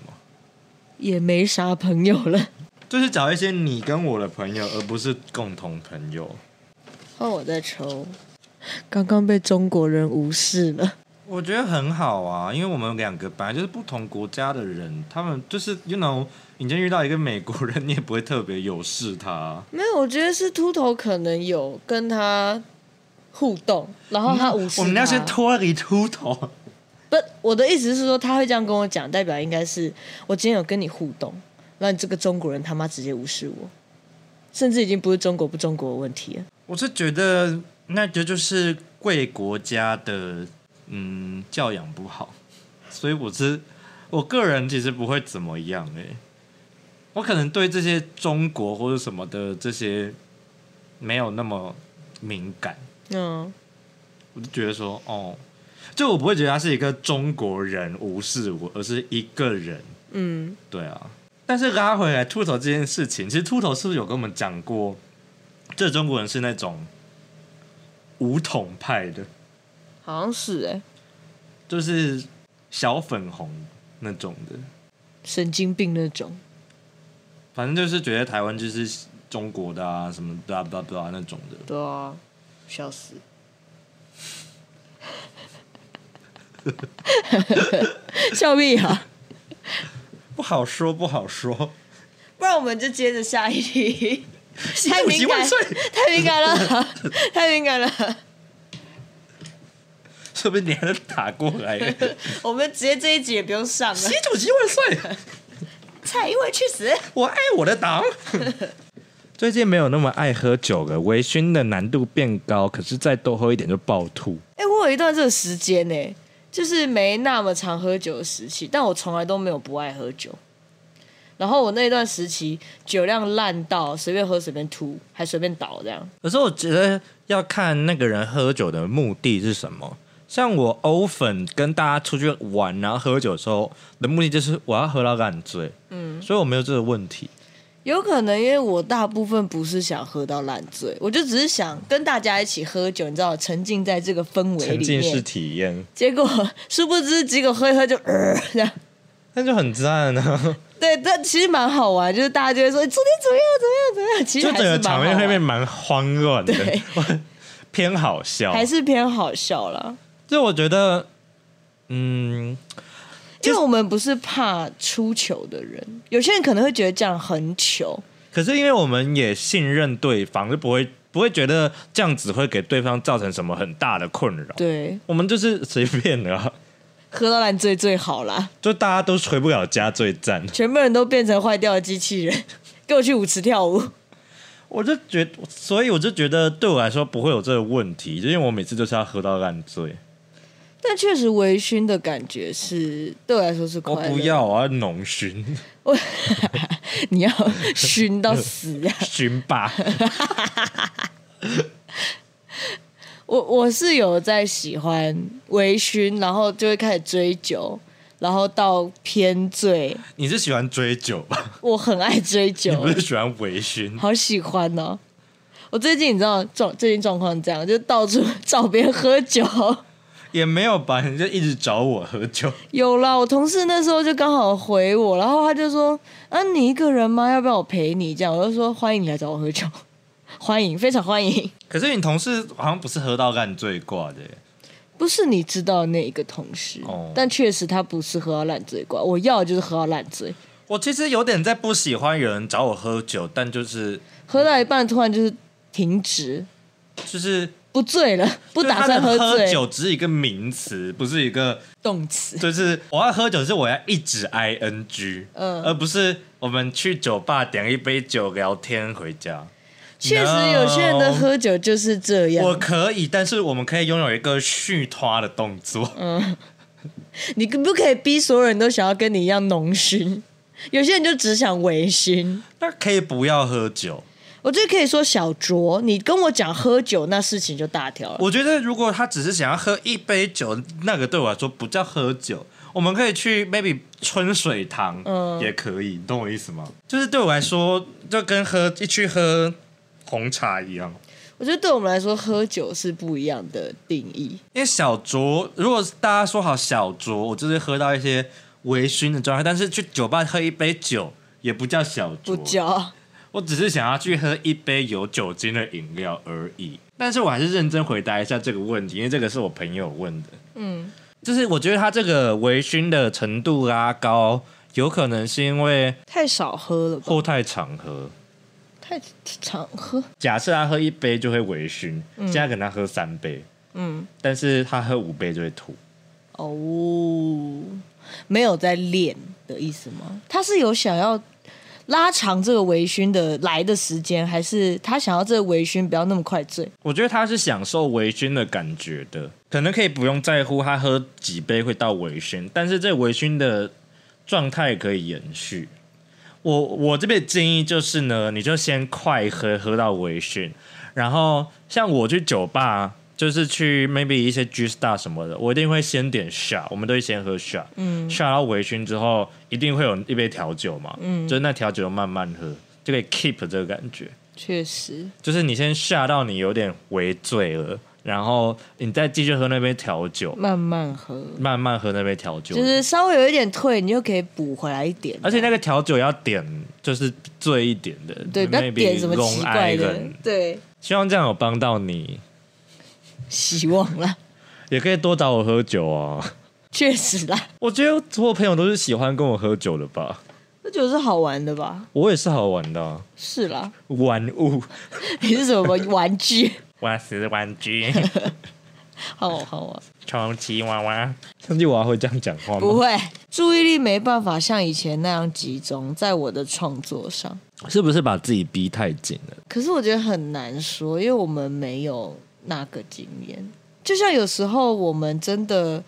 Speaker 1: 也没啥朋友了。
Speaker 2: 就是找一些你跟我的朋友，而不是共同朋友。
Speaker 1: 换我在抽，刚刚被中国人无视了。
Speaker 2: 我觉得很好啊，因为我们两个本来就是不同国家的人，他们就是 you know，你今天遇到一个美国人，你也不会特别有视他啊。
Speaker 1: 没有，我觉得是秃头可能有跟他互动，然后哦他无视
Speaker 2: 我们要
Speaker 1: 他
Speaker 2: 先脱离秃头，
Speaker 1: 不，我的意思是说他会这样跟我讲，代表应该是我今天有跟你互动，让你这个中国人他妈直接无视我，甚至已经不是中国不中国的问题了。
Speaker 2: 我是觉得那个就是贵国家的嗯教养不好，所以我是我个人其实不会怎么样诶、我可能对这些中国或者什么的这些没有那么敏感，
Speaker 1: 嗯，
Speaker 2: 我就觉得说哦，就我不会觉得他是一个中国人无视我，而是一个人，
Speaker 1: 嗯，
Speaker 2: 对啊。但是拉回来秃头这件事情，其实秃头是不是有跟我们讲过，这中国人是那种武统派的，
Speaker 1: 好像是哎、
Speaker 2: 就是小粉红那种的，
Speaker 1: 神经病那种。
Speaker 2: 反正就是觉得台湾就是中国的啊，什么 blah blah blah 那种的。
Speaker 1: 对啊，笑死。 笑屁啊！
Speaker 2: 不好说，不好说。
Speaker 1: 不然我们就接着下一题。 太
Speaker 2: 五
Speaker 1: 敏
Speaker 2: 级
Speaker 1: 感
Speaker 2: 万岁！
Speaker 1: 太敏感了， 太敏感了。
Speaker 2: 说不定你还能打过 来。
Speaker 1: 我们直接这一集也不用上了
Speaker 2: 习。主席万岁！
Speaker 1: 蔡英文去死！
Speaker 2: 我爱我的党。最近没有那么爱喝酒了，微醺的难度变高，可是再多喝一点就暴吐。
Speaker 1: 哎、我有一段这个时间呢、就是没那么常喝酒的时期，但我从来都没有不爱喝酒。然后我那一段时期酒量烂到随便喝随便吐，还随便倒这样。
Speaker 2: 可是我觉得要看那个人喝酒的目的是什么。像我欧粉跟大家出去玩，然后喝酒的时候的目的就是我要喝到烂醉，嗯，所以我没有这个问题。
Speaker 1: 有可能因为我大部分不是想喝到烂醉，我就只是想跟大家一起喝酒，你知道，沉浸在这个氛围
Speaker 2: 沉
Speaker 1: 里
Speaker 2: 浸式
Speaker 1: 面。
Speaker 2: 体验，
Speaker 1: 结果 殊不知，结果喝一喝就呃这样。
Speaker 2: 那就很赞啊！
Speaker 1: 对，但其实蛮好玩，就是大家就会说哎昨天怎么样怎么样怎么样， 其实
Speaker 2: 就
Speaker 1: 还
Speaker 2: 整
Speaker 1: 是
Speaker 2: 个
Speaker 1: 蛮好
Speaker 2: 场面
Speaker 1: 玩
Speaker 2: 会被蛮慌乱的
Speaker 1: 对，
Speaker 2: 偏好笑。
Speaker 1: 还是偏好笑啦。
Speaker 2: 就我觉得，嗯，
Speaker 1: 因为我们不是怕出糗的人，有些人可能会觉得这样很糗，
Speaker 2: 可是因为我们也信任对方，就不会不会觉得这样子会给对方造成什么很大的困扰。
Speaker 1: 对，
Speaker 2: 我们就是随便的、啊，
Speaker 1: 喝到烂醉最好啦，
Speaker 2: 就大家都回不了家最赞。
Speaker 1: 全部人都变成坏掉的机器人， 跟我去舞池跳舞。
Speaker 2: 我就觉得，所以我就觉得对我来说不会有这个问题，就因为我每次就是要喝到烂醉。
Speaker 1: 但确实微醺的感觉是对我来说是
Speaker 2: 我
Speaker 1: 快乐，
Speaker 2: 不要，我要浓醺，
Speaker 1: 我 你要熏到死啊！
Speaker 2: 醺吧。
Speaker 1: 我我是有在喜欢微醺，然后就会开始追酒，然后到偏醉，
Speaker 2: 你是喜欢追酒 吧？
Speaker 1: 我很爱追
Speaker 2: 你
Speaker 1: 酒
Speaker 2: 不，是喜欢微醺？
Speaker 1: 好喜欢哦。 我最近你知道状最近状况这样，就到处找别人喝酒，
Speaker 2: 也没有吧，你就一直找我喝酒。
Speaker 1: 有啦，我同事那时候就刚好回我，然后他就说：“啊，你一个人吗？要不要我陪你？”这样我就说：“欢迎你来找我喝酒， 欢迎，非常欢迎。
Speaker 2: 可是你同事好像不是喝到烂醉挂的耶，”
Speaker 1: 不是你知道的那一个同事，
Speaker 2: 哦
Speaker 1: 但确实他不是喝到烂醉挂，我要的就是喝到烂醉，
Speaker 2: 我其实有点在不喜欢有人找我喝酒，但就是
Speaker 1: 喝到一半突然就是停止，
Speaker 2: 就是
Speaker 1: 不醉了，不打算
Speaker 2: 就是他的
Speaker 1: 醉，
Speaker 2: 喝酒只是一个名词，不是一个
Speaker 1: 动词。
Speaker 2: 就是我要喝酒是我要一直 I N G，
Speaker 1: 嗯
Speaker 2: 而不是我们去酒吧点一杯酒聊天回家。
Speaker 1: 确实，有些人的喝酒就是这样。
Speaker 2: 我可以，但是我们可以拥有一个续拖的动作。
Speaker 1: 嗯你可不可以逼所有人都想要跟你一样浓醺？ 有些人就只想微醺。
Speaker 2: 那可以不要喝酒。
Speaker 1: 我觉得可以说小酌，你跟我讲喝酒，那事情就大条了。
Speaker 2: 我觉得如果他只是想要喝一杯酒，那个对我来说不叫喝酒。我们可以去 maybe 春水堂，
Speaker 1: 嗯
Speaker 2: 也可以，你懂我意思吗？就是对我来说，就跟喝一去喝红茶一样。
Speaker 1: 我觉得对我们来说，喝酒是不一样的定义。
Speaker 2: 因为小酌，如果大家说好小酌，我就是喝到一些微醺的状态，但是去酒吧喝一杯酒也不叫小
Speaker 1: 不
Speaker 2: 酌，
Speaker 1: 叫
Speaker 2: 我只是想要去喝一杯有酒精的饮料而已。但是我还是认真回答一下这个问题，因为这个是我朋友问的。嗯，就是我觉得他这个微醺的程度拉高，有可能是因为
Speaker 1: 太少喝了吧？
Speaker 2: 后太场合。
Speaker 1: 太常喝，
Speaker 2: 假设他喝一杯就会微醺，现在可能他喝三杯，
Speaker 1: 嗯，
Speaker 2: 但是他喝五杯就会吐。
Speaker 1: 哦，没有在练的意思吗？他是有想要拉长这个微醺的来的时间，还是他想要这个微醺不要那么快醉？
Speaker 2: 我觉得他是享受微醺的感觉的，可能可以不用在乎他喝几杯会到微醺，但是这微醺的状态可以延续。我我这边建议就是呢，你就先快喝，喝到微醺，然后像我去酒吧，就是去 maybe 一些 G Star 什么的，我一定会先点 shot，我们都会先喝 shot，嗯，shot 到微醺之后，一定会有一杯调酒嘛，嗯，就是那调酒慢慢喝，就可以 keep 这个感觉。
Speaker 1: 确实，
Speaker 2: 就是你先吓到你有点微醉了，然后你再继续喝那杯调酒，
Speaker 1: 慢慢喝，
Speaker 2: 慢慢喝那杯调酒，
Speaker 1: 就是稍微有一点退，你就可以补回来一点。
Speaker 2: 而且那个调酒要点就是醉一点的，
Speaker 1: 对，不要
Speaker 2: maybe
Speaker 1: 点什么奇
Speaker 2: Long
Speaker 1: 怪的
Speaker 2: Island，
Speaker 1: 对，
Speaker 2: 希望这样有帮到你，
Speaker 1: 希望啦，
Speaker 2: 也可以多找我喝酒啊。
Speaker 1: 确实啦，
Speaker 2: 我觉得所有朋友都是喜欢跟我喝酒的吧，
Speaker 1: 喝酒是好玩的吧？
Speaker 2: 我也是好玩的啊、
Speaker 1: 是啦，
Speaker 2: 玩物，
Speaker 1: 你是什么玩具？
Speaker 2: 玩死玩 具，
Speaker 1: 好好玩，
Speaker 2: 充气娃娃。相信我还会这样讲话
Speaker 1: 不
Speaker 2: 吗？
Speaker 1: 会，注意力没办法像以前那样集中在我的创作上。
Speaker 2: 是不是把自己逼太紧了？
Speaker 1: 可是我觉得很难说，因为我们没有那个经验。就像有时候我们真的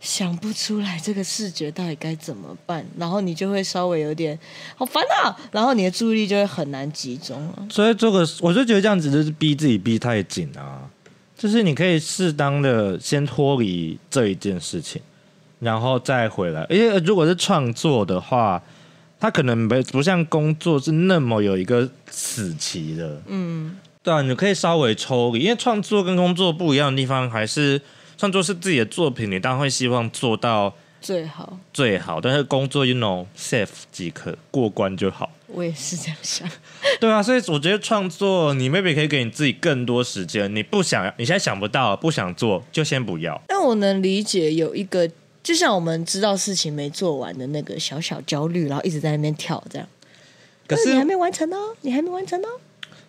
Speaker 1: 想不出来这个视觉到底该怎么办，然后你就会稍微有点好烦啊，然后你的注意力就会很难集中啊了。
Speaker 2: 所以这个，我就觉得这样子就是逼自己逼太紧啊。就是你可以适当的先脱离这一件事情，然后再回来。因为如果是创作的话，它可能没不像工作是那么有一个死期的。嗯，对啊，你可以稍微抽离，因为创作跟工作不一样的地方，还是创作是自己的作品，你当然会希望做到
Speaker 1: 最好
Speaker 2: 最好，但是工作 you know safe 即可过关就好。
Speaker 1: 我也是这样 想，
Speaker 2: 对啊，所以我觉得创作你 maybe 可以给你自己更多时间，你不想，你现在想不到，不想做就先不要。
Speaker 1: 但我能理解有一个，就像我们知道事情没做完的那个小小焦虑，然后一直在那边跳这样。
Speaker 2: 可
Speaker 1: 你还
Speaker 2: 是
Speaker 1: 没完成哦，你还没完成哦。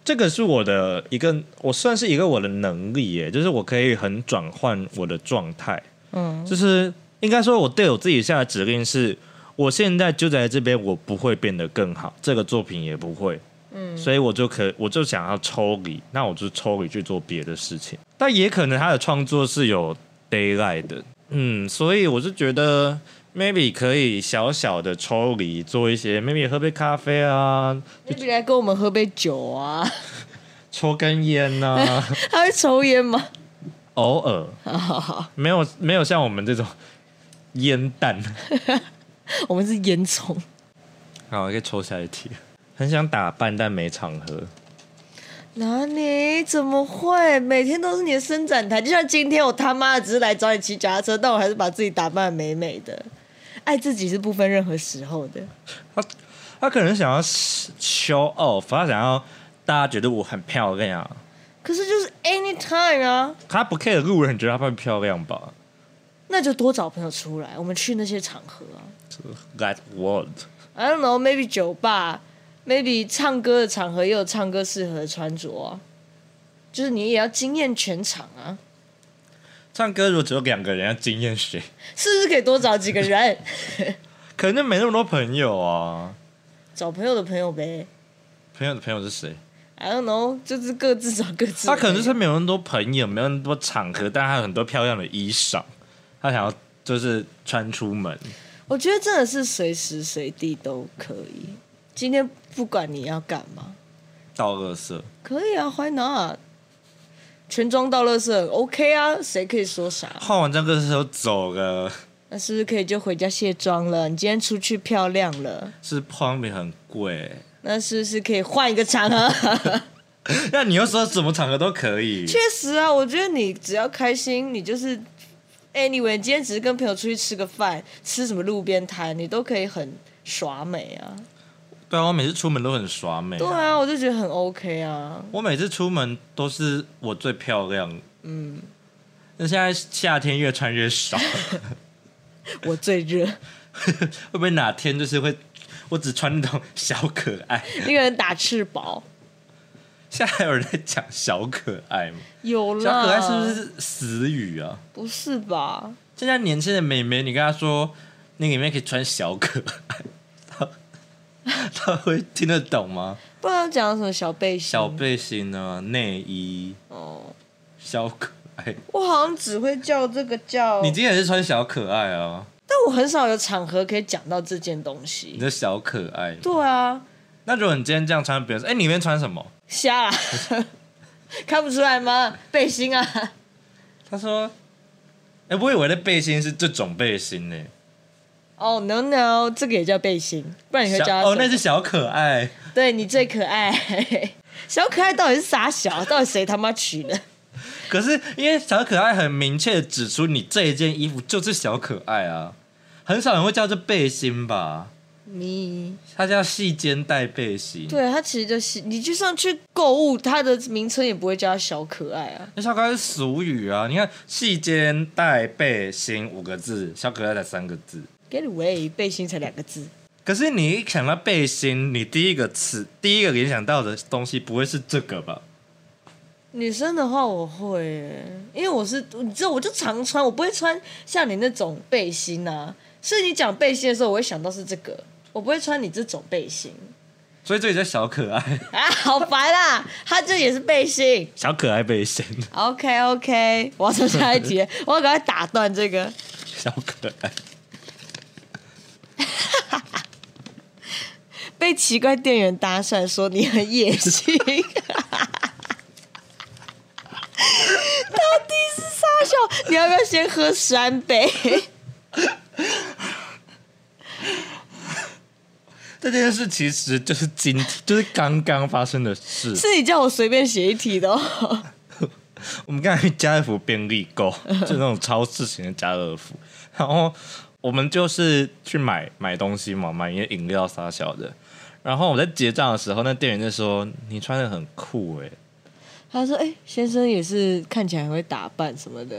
Speaker 2: 这个是我的一个，我算是一个我的能力耶，就是我可以很转换我的状态，
Speaker 1: 嗯，
Speaker 2: 就是应该说我对我自己下的指令是，我现在就在这边，我不会变得更好，这个作品也不会。嗯，所以我就可我就想要抽离，那我就抽离去做别的事情。但也可能他的创作是有 d a y l i g h t 的，嗯，所以我是觉得 maybe 可以小小的抽离，做一些 maybe 喝杯咖啡啊，
Speaker 1: 那你来跟我们喝杯酒啊？
Speaker 2: 抽根烟啊，
Speaker 1: 他会抽烟吗？
Speaker 2: 偶尔没有没有像我们这种 烟弹。
Speaker 1: 我们是烟囱。
Speaker 2: 好，可以抽下一题。很想打扮，但没场合。
Speaker 1: 哪里？怎么会？每天都是你的伸展台，就像今天我他妈的只是来找你骑脚踏车，但我还是把自己打扮得美美的。爱自己是不分任何时候的。
Speaker 2: 他他可能想要 show off，他想要大家觉得我很漂亮，
Speaker 1: 可是就是 anytime 啊，
Speaker 2: 他不 care 路人觉得他很漂亮吧
Speaker 1: 那就多找朋友出来，我们去那些场合啊。
Speaker 2: ？That world，
Speaker 1: I don't know, maybe 酒吧，maybe 唱歌的场合也有唱歌适合的穿着啊。就是你也要惊艳全场啊，
Speaker 2: 唱歌如果只有两个人要惊艳谁？
Speaker 1: 是不是可以多找几个 人？
Speaker 2: 可能就没那么多朋友啊。
Speaker 1: 找朋友的朋友呗。
Speaker 2: 朋友的朋友是谁？
Speaker 1: I don't know，就是各自找各自的朋友。
Speaker 2: 他可能就是没有那么多朋友，没有那么多场合，但他有很多漂亮的衣裳，他想要就是穿出门。
Speaker 1: 我觉得真的是随时随地都可以。今天不管你要干嘛，
Speaker 2: 到垃圾，
Speaker 1: 可以啊，Why not？全装到垃圾很 OK 啊，谁可以说啥？
Speaker 2: 换完这个时候走了，
Speaker 1: 那是不是可以就回家卸妆了？你今天出去漂亮了，
Speaker 2: 是泡面很贵。
Speaker 1: 那是不是可以换一个场合？
Speaker 2: 那你又说什么场合都可以？
Speaker 1: 确实啊，我觉得你只要开心，你就是。Anyway，你今天只是跟朋友出去吃个饭，吃什么路边摊，你都可以很耍美啊。
Speaker 2: 对啊，我每次出门都很耍美、
Speaker 1: 对啊，我就觉得很 OK 啊。
Speaker 2: 我每次出门都是我最漂亮。嗯，那现在夏天越穿越少，会
Speaker 1: 我最热，
Speaker 2: 不会哪天就是会我只穿那种小可爱？
Speaker 1: 一个人打赤膊，
Speaker 2: 现在还有人在讲小可爱吗？
Speaker 1: 有啦，
Speaker 2: 小可爱是不？是死语啊？
Speaker 1: 不是吧？
Speaker 2: 现在年轻的美眉，你跟她说那个里面可以穿小可爱，她她会听得懂吗？
Speaker 1: 不然讲什么小背心？
Speaker 2: 小背心呢，内衣，
Speaker 1: 哦，
Speaker 2: 小可爱。
Speaker 1: 我好像只会叫这个叫，
Speaker 2: 你今天也是穿小可爱啊？
Speaker 1: 但我很少有场合可以讲到这件东
Speaker 2: 你
Speaker 1: 西。
Speaker 2: 的小可爱。
Speaker 1: 对啊，
Speaker 2: 那如果你今天这样穿，别人说：“哎、你里面穿什么
Speaker 1: 瞎啦，啊 看不出来吗？背心啊，？”
Speaker 2: 他说：“哎、我以为的背心是这种背心呢、
Speaker 1: 哦、no no，这个也叫背心，不然你会
Speaker 2: 小
Speaker 1: 叫它
Speaker 2: 哦，
Speaker 1: 什么
Speaker 2: 那是小可爱。
Speaker 1: 对你最可爱， 小可爱到底是傻小？到底谁他妈取的？
Speaker 2: 可是因为小可爱很明确的指出，你这一件衣服就是小可爱啊，很少人会叫这背心吧？
Speaker 1: 你
Speaker 2: 它叫细肩带背心。
Speaker 1: 对它其实就是你就上去购物，它的名称也不会叫它小可爱啊。
Speaker 2: 那小可爱是俗语啊，你看“细肩带背心”五个字，小可爱才三个字。
Speaker 1: Get away，背心才两个字。
Speaker 2: 可是你一想到背心，你第一个词、第一个联想到的东西不会是这个吧？
Speaker 1: 女生的话我会耶，因为我是你知道，我就常穿，我不会穿像你那种背心啊。所以你讲背心的时候，我会想到是这个，我不会穿你这种背心
Speaker 2: 所以这里叫小可爱，
Speaker 1: 啊，好烦啦、它这也是背心。
Speaker 2: 小可爱背心，
Speaker 1: OK OK，我要从下一题，我要赶快打断这个。
Speaker 2: 小可爱。
Speaker 1: 被奇怪店员搭讪说你很野性， 到底是啥小？你要不要先喝三杯？
Speaker 2: 这件事其实就是今，就是刚刚发生的事。
Speaker 1: 是你叫我随便写一题的、哦。
Speaker 2: 我们刚才去家乐福便利 购，就那种超市型的家乐福，然后我们就是去买买东西嘛，买一些饮料啥小的。然后我在结账的时候，那店员就说：“你穿的很酷哎、
Speaker 1: 他说：“哎、先生也是看起来很会打扮什么的。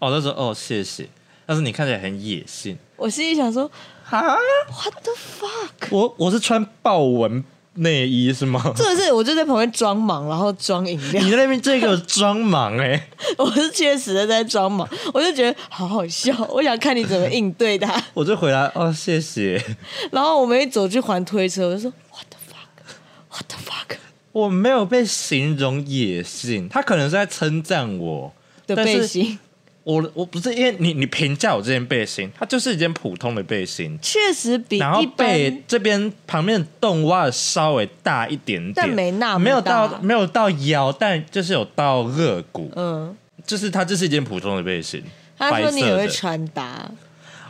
Speaker 2: 哦，他说：“哦，谢谢。”但是你看起来很野性。””
Speaker 1: 我心里想说
Speaker 2: 哈，
Speaker 1: ：“What the fuck？”
Speaker 2: 我我是穿豹纹内衣是吗？
Speaker 1: 这是我就在旁边装忙，然后装饮料
Speaker 2: 你。在那边这个装忙哎、
Speaker 1: 我是确实的在装忙，我就觉得好好笑，我想看你怎么应对他。
Speaker 2: 我就回答哦，谢谢，
Speaker 1: 然后我们一走去还推车，我就说：“What the fuck？What the fuck？”
Speaker 2: 我没有被形容野性，他可能是在称赞我
Speaker 1: 的
Speaker 2: 但是
Speaker 1: 背心，
Speaker 2: 我我不是因为你你评价我这件背心，它就是一件普通的背心，
Speaker 1: 确实比
Speaker 2: 然后
Speaker 1: 一
Speaker 2: 背
Speaker 1: 般
Speaker 2: 这边旁边的洞挖的稍微大一点点，
Speaker 1: 但没那么
Speaker 2: 没有
Speaker 1: 大
Speaker 2: 到没有到腰，但就是有到肋骨，
Speaker 1: 嗯，
Speaker 2: 就是它就是一件普通的背心，
Speaker 1: 他说
Speaker 2: 白色
Speaker 1: 你也
Speaker 2: 的。
Speaker 1: 会穿搭，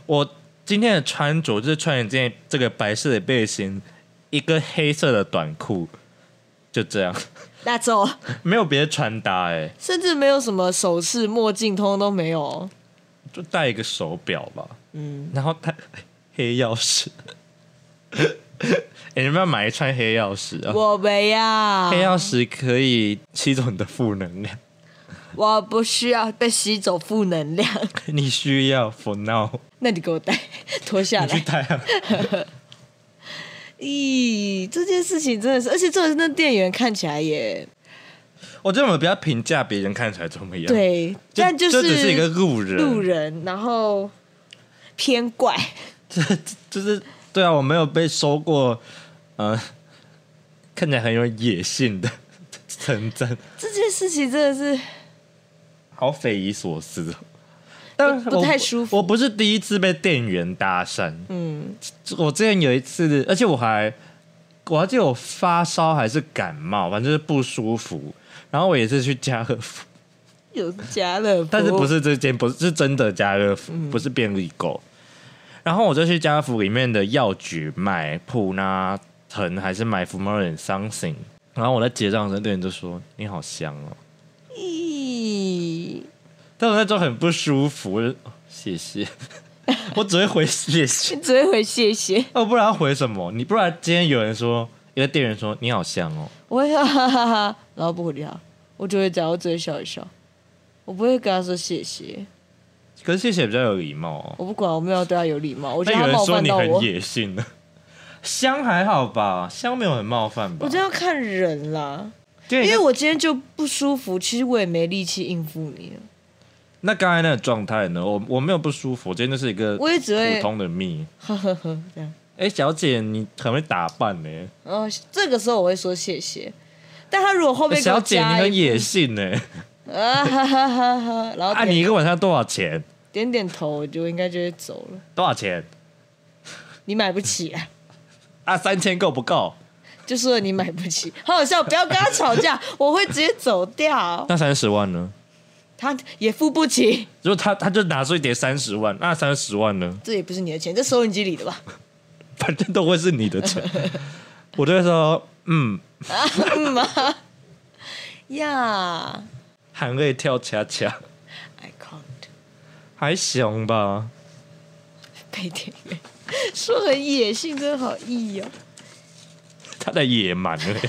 Speaker 2: 我今天的穿着就是穿一件这个白色的背心，一个黑色的短裤，就这样。
Speaker 1: 那走，
Speaker 2: 没有别的穿搭哎、欸，
Speaker 1: 甚至没有什么首饰、墨镜，通通都没有哦。
Speaker 2: 就戴一个手表吧，嗯，然后戴黑曜石。 哎、你们要买一串黑曜石啊！
Speaker 1: 我没要，
Speaker 2: 黑曜啊石可以吸走你的负能量，
Speaker 1: 我不需要被吸走负能量。
Speaker 2: 你需要 for now，
Speaker 1: 那你给我戴，脱下
Speaker 2: 你去
Speaker 1: 来。
Speaker 2: 戴啊。
Speaker 1: 咦，这件事情真的是，而且这那店员看起来也
Speaker 2: 我觉得我们不要评价别人看起来怎么样，，
Speaker 1: 对，但就
Speaker 2: 这只是一个路人，
Speaker 1: 路人，然后偏怪，
Speaker 2: 就是对啊，我没有被收过，呃，看起来很有野性的 称赞，
Speaker 1: 这件事情真的是
Speaker 2: 好匪夷所思哦。但
Speaker 1: 不
Speaker 2: 我
Speaker 1: 太舒服
Speaker 2: 我不是第一次被店员搭讪，
Speaker 1: 嗯
Speaker 2: 我之前有一次，而且我还我还记得我发烧还是感冒，反正就是不舒服。然后我也是去家 乐福，
Speaker 1: 有家乐福，
Speaker 2: 但是不是这间，不是是真的家乐福，
Speaker 1: 嗯
Speaker 2: 不是便利购。然后我就去家乐福里面的药局买普拉疼还是买 f u m a r i n something。然后我在结账的时候，店员就说：“你好香哦。
Speaker 1: 咦，”
Speaker 2: 但我那时候很不舒服，我就哦谢谢。 我只会回谢谢，
Speaker 1: 你只会回谢谢，
Speaker 2: 哦，不然要回什么？你不然今天有人说，一个店员说：“你好香哦。”
Speaker 1: 我会哈哈哈哈，然后不回他，我就会这样，我只会笑一笑，我不会跟他说谢谢，
Speaker 2: 可是谢谢比较有礼貌、哦。
Speaker 1: 我不管，我没有对他有礼貌，我觉得他
Speaker 2: 那有人
Speaker 1: 冒
Speaker 2: 说
Speaker 1: 犯
Speaker 2: 你
Speaker 1: 到
Speaker 2: 很
Speaker 1: 我，
Speaker 2: 野性呢， 香还好吧，香没有很冒犯吧？
Speaker 1: 我觉得要看人啦，
Speaker 2: 对，
Speaker 1: 因为我今天就不舒服，其实我也没力气应付你了，
Speaker 2: 那刚才那个状态呢，我我没有不舒服，今天就是一个
Speaker 1: 我也只
Speaker 2: 普
Speaker 1: 会
Speaker 2: 通的蜜。
Speaker 1: 呵呵呵这样。
Speaker 2: 哎、小姐，你很会打扮呢、
Speaker 1: 哦，这个时候我会说谢谢。但他如果后面给
Speaker 2: 小
Speaker 1: 我
Speaker 2: 姐，
Speaker 1: 加
Speaker 2: 你很
Speaker 1: 一
Speaker 2: 野性呢、
Speaker 1: 啊哈哈哈哈，然后
Speaker 2: 啊，
Speaker 1: 点、
Speaker 2: 你一个晚上多少钱？
Speaker 1: 点点头，我就应该就会走了。
Speaker 2: 多少钱？
Speaker 1: 你买不起啊，
Speaker 2: 啊，三千够不够？
Speaker 1: 就说了你买不起，好好笑，不要跟他吵架，我会直接走掉。
Speaker 2: 那三十万呢？
Speaker 1: 他也付不起，
Speaker 2: 如果他他就拿出一叠三十万，那三十万呢？
Speaker 1: 这也不是你的钱，这收音机里的吧？
Speaker 2: 反正都会是你的 钱。我就会说，嗯，
Speaker 1: 呀、
Speaker 2: 含泪跳恰恰，
Speaker 1: i can't
Speaker 2: 还行吧。
Speaker 1: 被点员说很野性，真好意哦。
Speaker 2: 他的野 蛮了，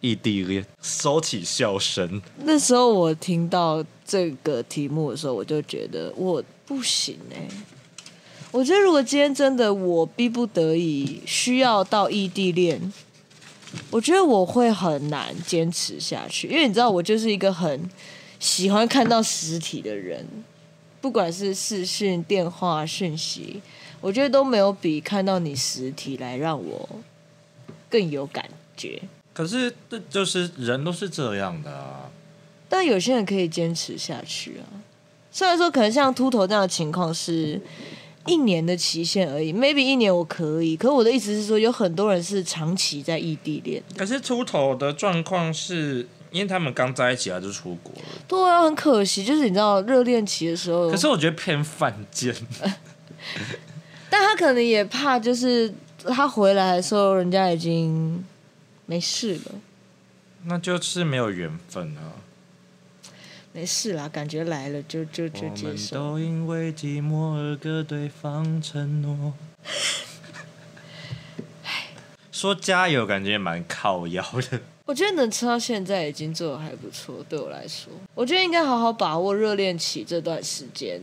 Speaker 2: 异地恋，收起笑声。
Speaker 1: 那时候我听到这个题目的时候，我就觉得我不行哎、我觉得如果今天真的我逼不得已需要到异地恋，我觉得我会很难坚持下去，因为你知道我就是一个很喜欢看到实体的人，不管是视讯、电话、讯息，我觉得都没有比看到你实体来让我更有感觉。
Speaker 2: 可是这就是人都是这样的啊。
Speaker 1: 但有些人可以坚持下去啊。虽然说可能像秃头这样的情况是一年的期限而已，maybe 一年我可以，可我的意思是说，有很多人是长期在异地恋，
Speaker 2: 可是出头的状况是因为他们刚在一起，他就出国了。
Speaker 1: 对啊，很可惜，就是你知道热恋期的时候，
Speaker 2: 可是我觉得偏犯贱，
Speaker 1: 但他可能也怕，就是他回来的时候，人家已经没事了，
Speaker 2: 那就是没有缘分啊。
Speaker 1: 没事啦，感觉来了就就就
Speaker 2: 我
Speaker 1: 接
Speaker 2: 们
Speaker 1: 受。
Speaker 2: 都因为寂寞而跟对方承 诺。说加油，感觉也蛮靠腰的。
Speaker 1: 我觉得能撑到现在已经做的还不错，对我来说，我觉得应该好好把握热恋期这段时间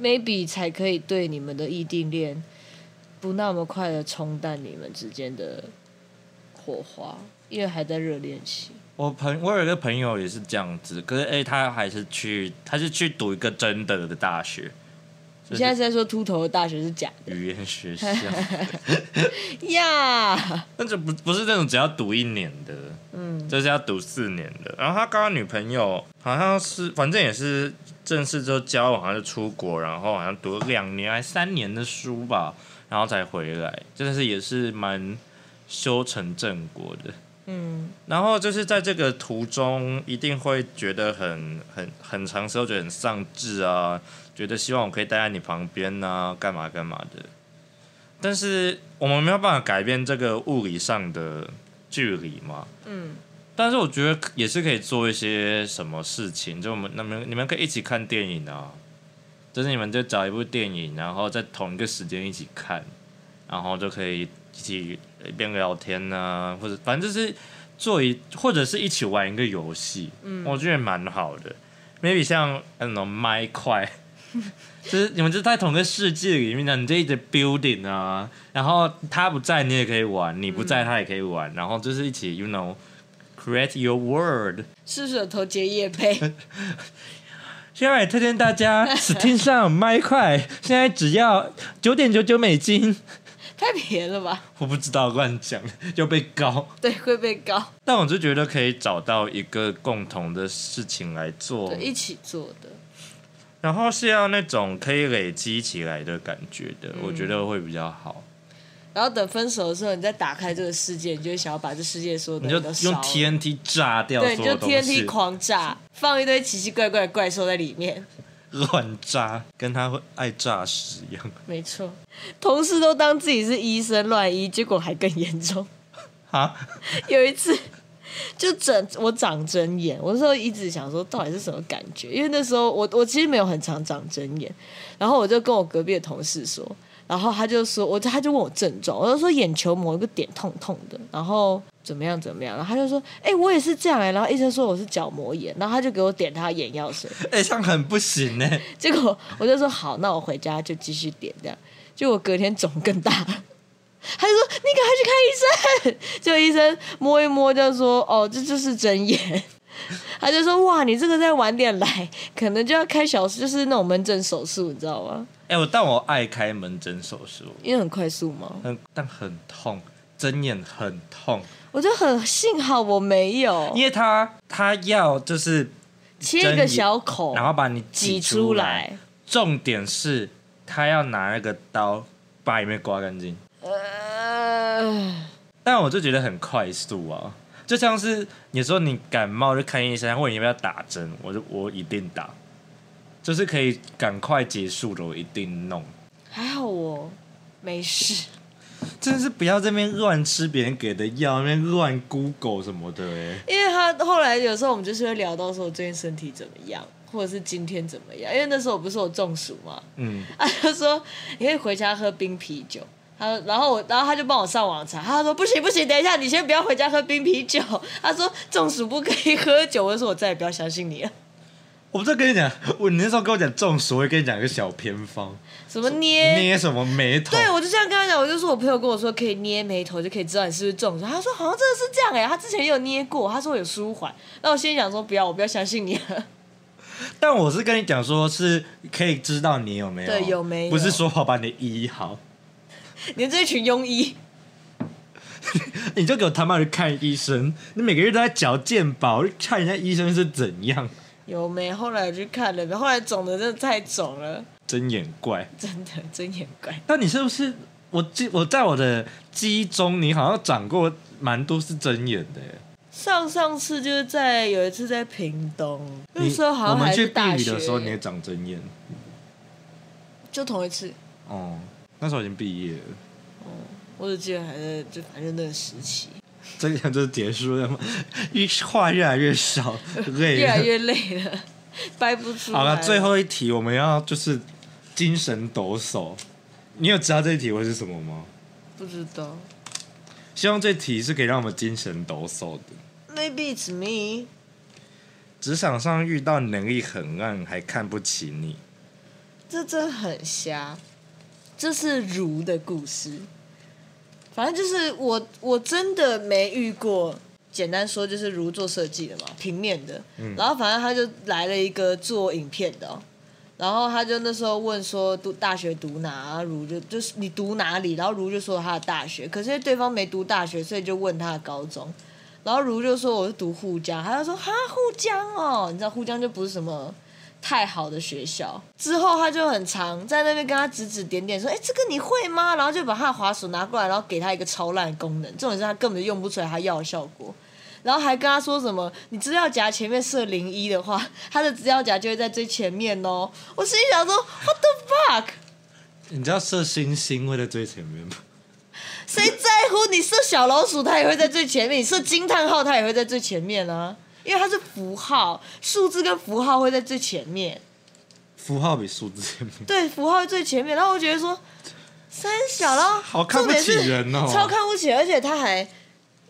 Speaker 1: ，maybe 才可以对你们的异地恋不那么快的冲淡你们之间的火花，因为还在热恋期。
Speaker 2: 我朋我有一个朋友也是这样子，可是哎、他还是去，他是去读一个真的的大学，
Speaker 1: 你现在是在说秃头的大学是假
Speaker 2: 语言学校，
Speaker 1: 的呀
Speaker 2: 那就不不是那种只要读一年的，嗯，就是要读四年的。然后他刚刚女朋友好像是，反正也是正式之后交往，好像就出国，然后好像读了两年还三年的书吧，然后才回来，真的是也是蛮修成正果的。
Speaker 1: 嗯，
Speaker 2: 然后就是在这个途中，一定会觉得很很很长时候觉得很丧志啊，觉得希望我可以待在你旁边啊，干嘛干嘛的。但是我们没有办法改变这个物理上的距离嘛，
Speaker 1: 嗯，
Speaker 2: 但是我觉得也是可以做一些什么事情，就我们那们你们可以一起看电影啊，就是你们就找一部电影，然后在同一个时间一起看，然后就可以一起一边聊天啊，或者反正就是做一或者是一起玩一个游戏，嗯，我觉得蛮好的。maybe 像那种麦块， 就是你们就在同一个世界里面呢，你就一直 building 啊，然后他不在你也可以玩，你不在他也可以玩，然后就是一起 you know。Create your world。
Speaker 1: 是不是有头结叶 配？
Speaker 2: 现在也推荐大家 Steam 上麦块， 现在只要九点九九美金。
Speaker 1: 太便宜了吧？
Speaker 2: 我不知道乱讲，又被告。
Speaker 1: 对，会被告。
Speaker 2: 但我就觉得可以找到一个共同的事情来做
Speaker 1: 对，，一起做的。
Speaker 2: 然后是要那种可以累积起来的感觉
Speaker 1: 嗯
Speaker 2: 的，我觉得会比较好。
Speaker 1: 然后等分手的时候，你再打开这个世界，你就会想要把这世界所有
Speaker 2: 你
Speaker 1: 的
Speaker 2: 就
Speaker 1: 人都烧
Speaker 2: 用
Speaker 1: 了
Speaker 2: TNT 炸掉
Speaker 1: 对，
Speaker 2: 所
Speaker 1: 你
Speaker 2: 有
Speaker 1: 就
Speaker 2: 东西
Speaker 1: TNT，狂炸，放一堆奇奇怪怪的怪兽在里面。
Speaker 2: 乱炸，跟他会爱炸屎一样。
Speaker 1: 没错，同事都当自己是医生乱医，结果还更严重。
Speaker 2: 啊，
Speaker 1: 有一次就整我长针眼，我那时候一直想说到底是什么感觉，因为那时候我我其实没有很常长针眼，然后我就跟我隔壁的同事说，然后他就说我他就问我症状，我就说眼球某一个点痛痛的，然后。怎么样？怎么样？然后他就说：“哎、我也是这样哎、然后医生说我是角膜炎，然后他就给我点他的眼药水，
Speaker 2: 哎、这样很不行欸呢、
Speaker 1: 结果我就说好，那我回家就继续点这样。结果隔天肿更大，他就说你赶快去看医生。就医生摸一摸就说哦，这就是针眼。他就说哇，你这个再晚点来，可能就要开小时，就是那种门诊手术，你知道吗？
Speaker 2: 哎、我但我爱开门诊手术，
Speaker 1: 因为很快速嘛。
Speaker 2: 很但很痛，针眼很痛，
Speaker 1: 我就很幸好我没有
Speaker 2: 因为他他要就是
Speaker 1: 切一个小口，
Speaker 2: 然后把你
Speaker 1: 哦挤
Speaker 2: 出
Speaker 1: 出来。
Speaker 2: 重点是他要拿那个刀把里面刮干净，
Speaker 1: 呃，
Speaker 2: 但我就觉得很快速啊，就像是有时候你感冒就看医生，或者你要不要打针，我就我一定打，就是可以赶快结束的，我一定弄。
Speaker 1: 还好我没事。
Speaker 2: 真的是不要这边乱吃别人给的药，那边乱 Google 什么的、欸，
Speaker 1: 因为他后来有时候我们就是会聊到说我最近身体怎么样，或者是今天怎么样。因为那时候我不是有中暑嘛，
Speaker 2: 嗯，
Speaker 1: 他就说你可以回家喝冰啤酒。他然后我，然后他就帮我上网查，他说不行不行，等一下你先不要回家喝冰啤酒。 他说中暑不可以喝酒，我就说我再也不要相信你了。
Speaker 2: 我不是跟你讲，我你那时候跟我讲中暑，我会跟你讲一个小偏方，
Speaker 1: 什么捏？
Speaker 2: 捏什么眉头，
Speaker 1: 对，我就这样跟他讲，我就说我朋友跟我说可以捏眉头就可以知道你是不是中暑，他说好像真的是这样哎、他之前也有捏过，他说有舒缓。那我心里想说不要，我不要相信你了。
Speaker 2: 但我是跟你讲说是可以知道你有没有，
Speaker 1: 对有没有
Speaker 2: 不是说好把你医好，
Speaker 1: 你这群庸医。
Speaker 2: 你就给我他妈去看医生，你每个月都在缴健保，看人家医生是怎样，
Speaker 1: 有没？后来我去看了，后来肿的真的太肿了，
Speaker 2: 真眼怪。
Speaker 1: 真的真眼怪。
Speaker 2: 但你是不是我记我在我的记忆中，你好像长过蛮多是针眼的、欸。
Speaker 1: 上上次就是在有一次在屏东，那
Speaker 2: 你
Speaker 1: 时候好
Speaker 2: 我
Speaker 1: 像
Speaker 2: 们
Speaker 1: 还
Speaker 2: 去
Speaker 1: 是
Speaker 2: 避
Speaker 1: 大
Speaker 2: 雨
Speaker 1: 学
Speaker 2: 的时候，你也长针眼。
Speaker 1: 就同一次，
Speaker 2: 哦，那时候已经毕业了，
Speaker 1: 我只记得还在就反正那个时 期，
Speaker 2: 针眼就结束了吗？ 越话越来越少，累了。
Speaker 1: 越来越累了， 掰不出来。
Speaker 2: 好了，最后一题我们要就是精神抖擞。你有知道这一题会是什么吗？
Speaker 1: 不知道
Speaker 2: 希望这题是可以让我们精神抖擞的。
Speaker 1: ，maybe it's me，
Speaker 2: 职场上遇到能力很烂还看不起你，
Speaker 1: 这真的很瞎。这是儒的故事，反正就是我我真的没遇过。简单说就是如做设计的嘛，平面的。然后反正他就来了一个做影片的哦、然后他就那时候问说读大学读哪，然后如就就是你读哪里，然后如就说他的大学，可是因为对方没读大学，所以就问他的高中。然后如就说我是读沪江，他就说哈沪江哦，你知道沪江就不是什么太好的学校。之后他就很常在那边跟他指指点点说，哎，这个你会吗？然后就把他的滑鼠拿过来，然后给他一个超烂的功能，这种是他根本就用不出来他要的效果。然后还跟他说什么，你资料夹前面设零一的话， 他的资料夹就会在最前面哦。我心里想说，What the fuck？
Speaker 2: 你知道射星星会在最前面吗？
Speaker 1: 谁在乎你射小老鼠，它也会在最前面；你射惊叹号，它也会在最前面啊，因为它是符号，数字跟符号会在最前面。
Speaker 2: 符号比数字前面
Speaker 1: 对，符号最前面，然后我觉得说三小啦，
Speaker 2: 好看不
Speaker 1: 重点是
Speaker 2: 起人哦
Speaker 1: 超看不起，而且他还，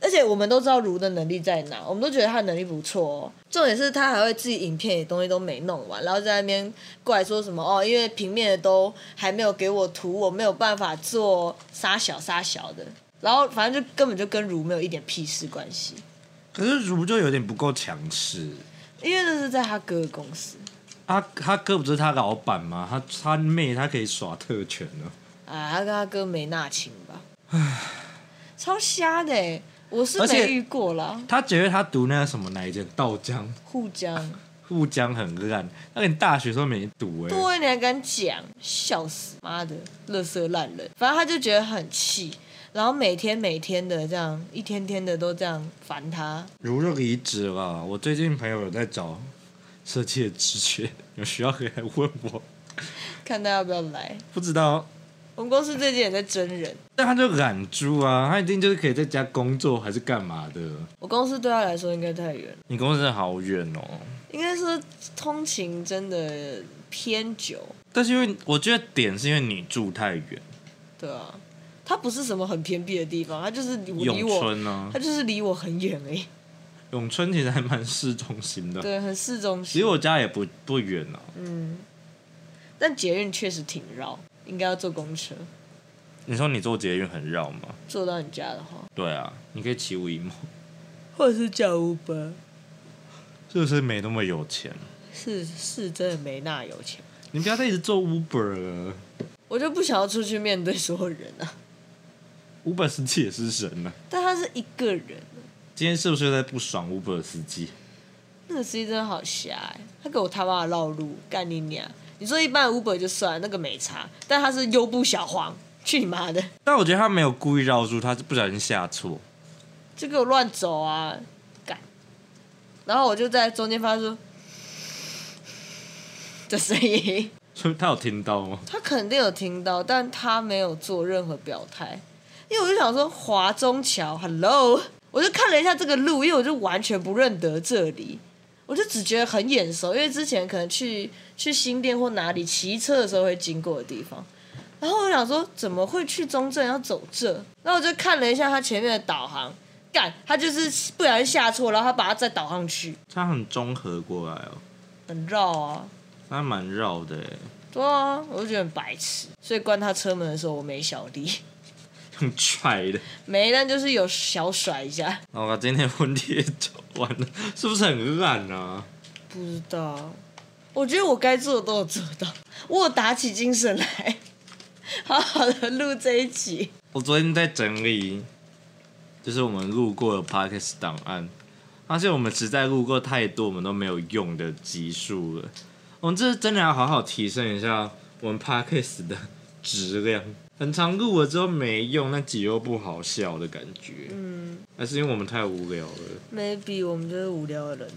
Speaker 1: 而且我们都知道如的能力在哪，我们都觉得他的能力不错哦。重点是他还会自己影片也东西都没弄完，然后在那边过来说什么哦，因为平面的都还没有给我图，我没有办法做沙小沙小的，然后反正就根本就跟如没有一点屁事关系，
Speaker 2: 可是如就有点不够强势。
Speaker 1: 因为那是在他哥的公司。
Speaker 2: 他他哥不是他老板吗？他他妹他可以耍特权哦了。
Speaker 1: 啊，他跟他哥没那情吧？超瞎的、欸，我是
Speaker 2: 而且
Speaker 1: 没遇过啦。
Speaker 2: 他觉得他读那个什么哪一间道江
Speaker 1: 互江，
Speaker 2: 沪江很烂，那个你大学都没读哎、
Speaker 1: 对，你还敢讲？笑死，妈的，乐色烂人。反正他就觉得很气，然后每天每天的这样，一天天的都这样烦他。
Speaker 2: 如就离职了。我最近朋友有在找设计的职缺， 有需要可以来问我。
Speaker 1: 看他要不要来？
Speaker 2: 不知道，
Speaker 1: 我们公司最近也在真人，
Speaker 2: 但他就懒猪啊，他一定就是可以在家工作还是干嘛的。
Speaker 1: 我公司对他来说应该太远了，
Speaker 3: 你公司好远哦，
Speaker 1: 应该说通勤真的偏久，
Speaker 3: 但是因为我觉得点是因为你住太远，
Speaker 1: 对啊。他不是什么很偏僻的地方，他就是离
Speaker 3: 永
Speaker 1: 我，
Speaker 3: 春呢、
Speaker 1: 他就是离我很远而已。
Speaker 2: 永啊春其实还蛮市中心的，
Speaker 1: 对，很市中
Speaker 3: 其实
Speaker 1: 心，
Speaker 3: 我家也不不远啊，
Speaker 1: 但捷运确实挺绕，应该要坐公车。
Speaker 3: 你说你坐捷运很绕吗？
Speaker 1: 坐到你家的话，
Speaker 3: 对啊，你可以骑五一梦，
Speaker 1: 或者是叫 Uber，
Speaker 3: 是不是没那么有钱？啊
Speaker 1: 是是真的没那有钱，
Speaker 2: 你不要再一直做 Uber 了
Speaker 1: 我就不想要出去面对所有人啊。
Speaker 2: ，Uber 司机也是神啊。
Speaker 1: 但他是一个人，
Speaker 2: 今天是不是在不爽 Uber 司机？
Speaker 1: 那个司机真的好瞎哎、他给我他妈的绕路，干你娘！你说一般的 Uber 就算了，那个没差，但他是优步小黄，去你妈的！
Speaker 2: 但我觉得他没有故意绕住，他是不小心下错。
Speaker 1: 就给我乱走啊，干！然后我就在中间发出的声音。
Speaker 2: 所以他有听到吗？
Speaker 1: 他肯定有听到，但他没有做任何表态，因为我就想说华中桥，Hello，我就看了一下这个路，因为我就完全不认得这里，我就只觉得很眼熟，因为之前可能去去新店或哪里骑车的时候会经过的地方。然后我想说，怎么会去中正要走这？然后我就看了一下他前面的导航，干，他就是不小心下错，然后他把它再导航去，
Speaker 2: 他很综合过来哦，
Speaker 1: 很绕啊。
Speaker 2: 他蛮绕的欸耶，
Speaker 1: 对啊，我就觉得很白痴，所以关他车门的时候我没小力。
Speaker 2: 很踹的。
Speaker 1: 没，但就是有小甩一下。
Speaker 2: 然后把今天婚礼也走完了，是不是很烂啊？
Speaker 1: 不知道，我觉得我该做的都有做到，我有打起精神来， 好好的录这一集。
Speaker 2: 我昨天在整理，就是我们录过的 podcast 档案，发现我们实在录过太多我们都没有用的集数了。我们这真的要好好提升一下我们 podcast 的质量。很常录了之后没用，那集又不好笑的感觉。嗯，那是因为我们太无聊了。
Speaker 1: Maybe 我们就是无聊的人，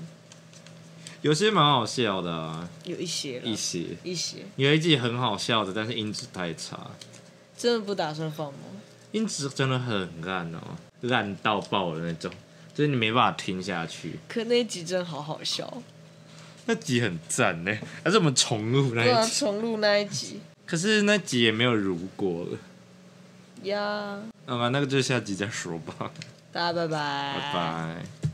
Speaker 2: 有些蛮好笑的啊，
Speaker 1: 有一些啦
Speaker 2: 一些
Speaker 1: 一些
Speaker 2: 有一集很好笑的，但是音质太差，
Speaker 1: 真的不打算放吗？
Speaker 2: 音质真的很烂哦，烂到爆的那种，就是你没办法听下去。
Speaker 1: 可那一集真的好好笑，
Speaker 2: 那集很赞呢，还是我们重录那
Speaker 1: 对啊，
Speaker 2: 一集？
Speaker 1: 重录那一集
Speaker 2: 可是那集也没有如果了，
Speaker 1: 呀
Speaker 2: 好吧，那个就下集再说吧，
Speaker 1: 大家拜拜，
Speaker 2: 拜拜。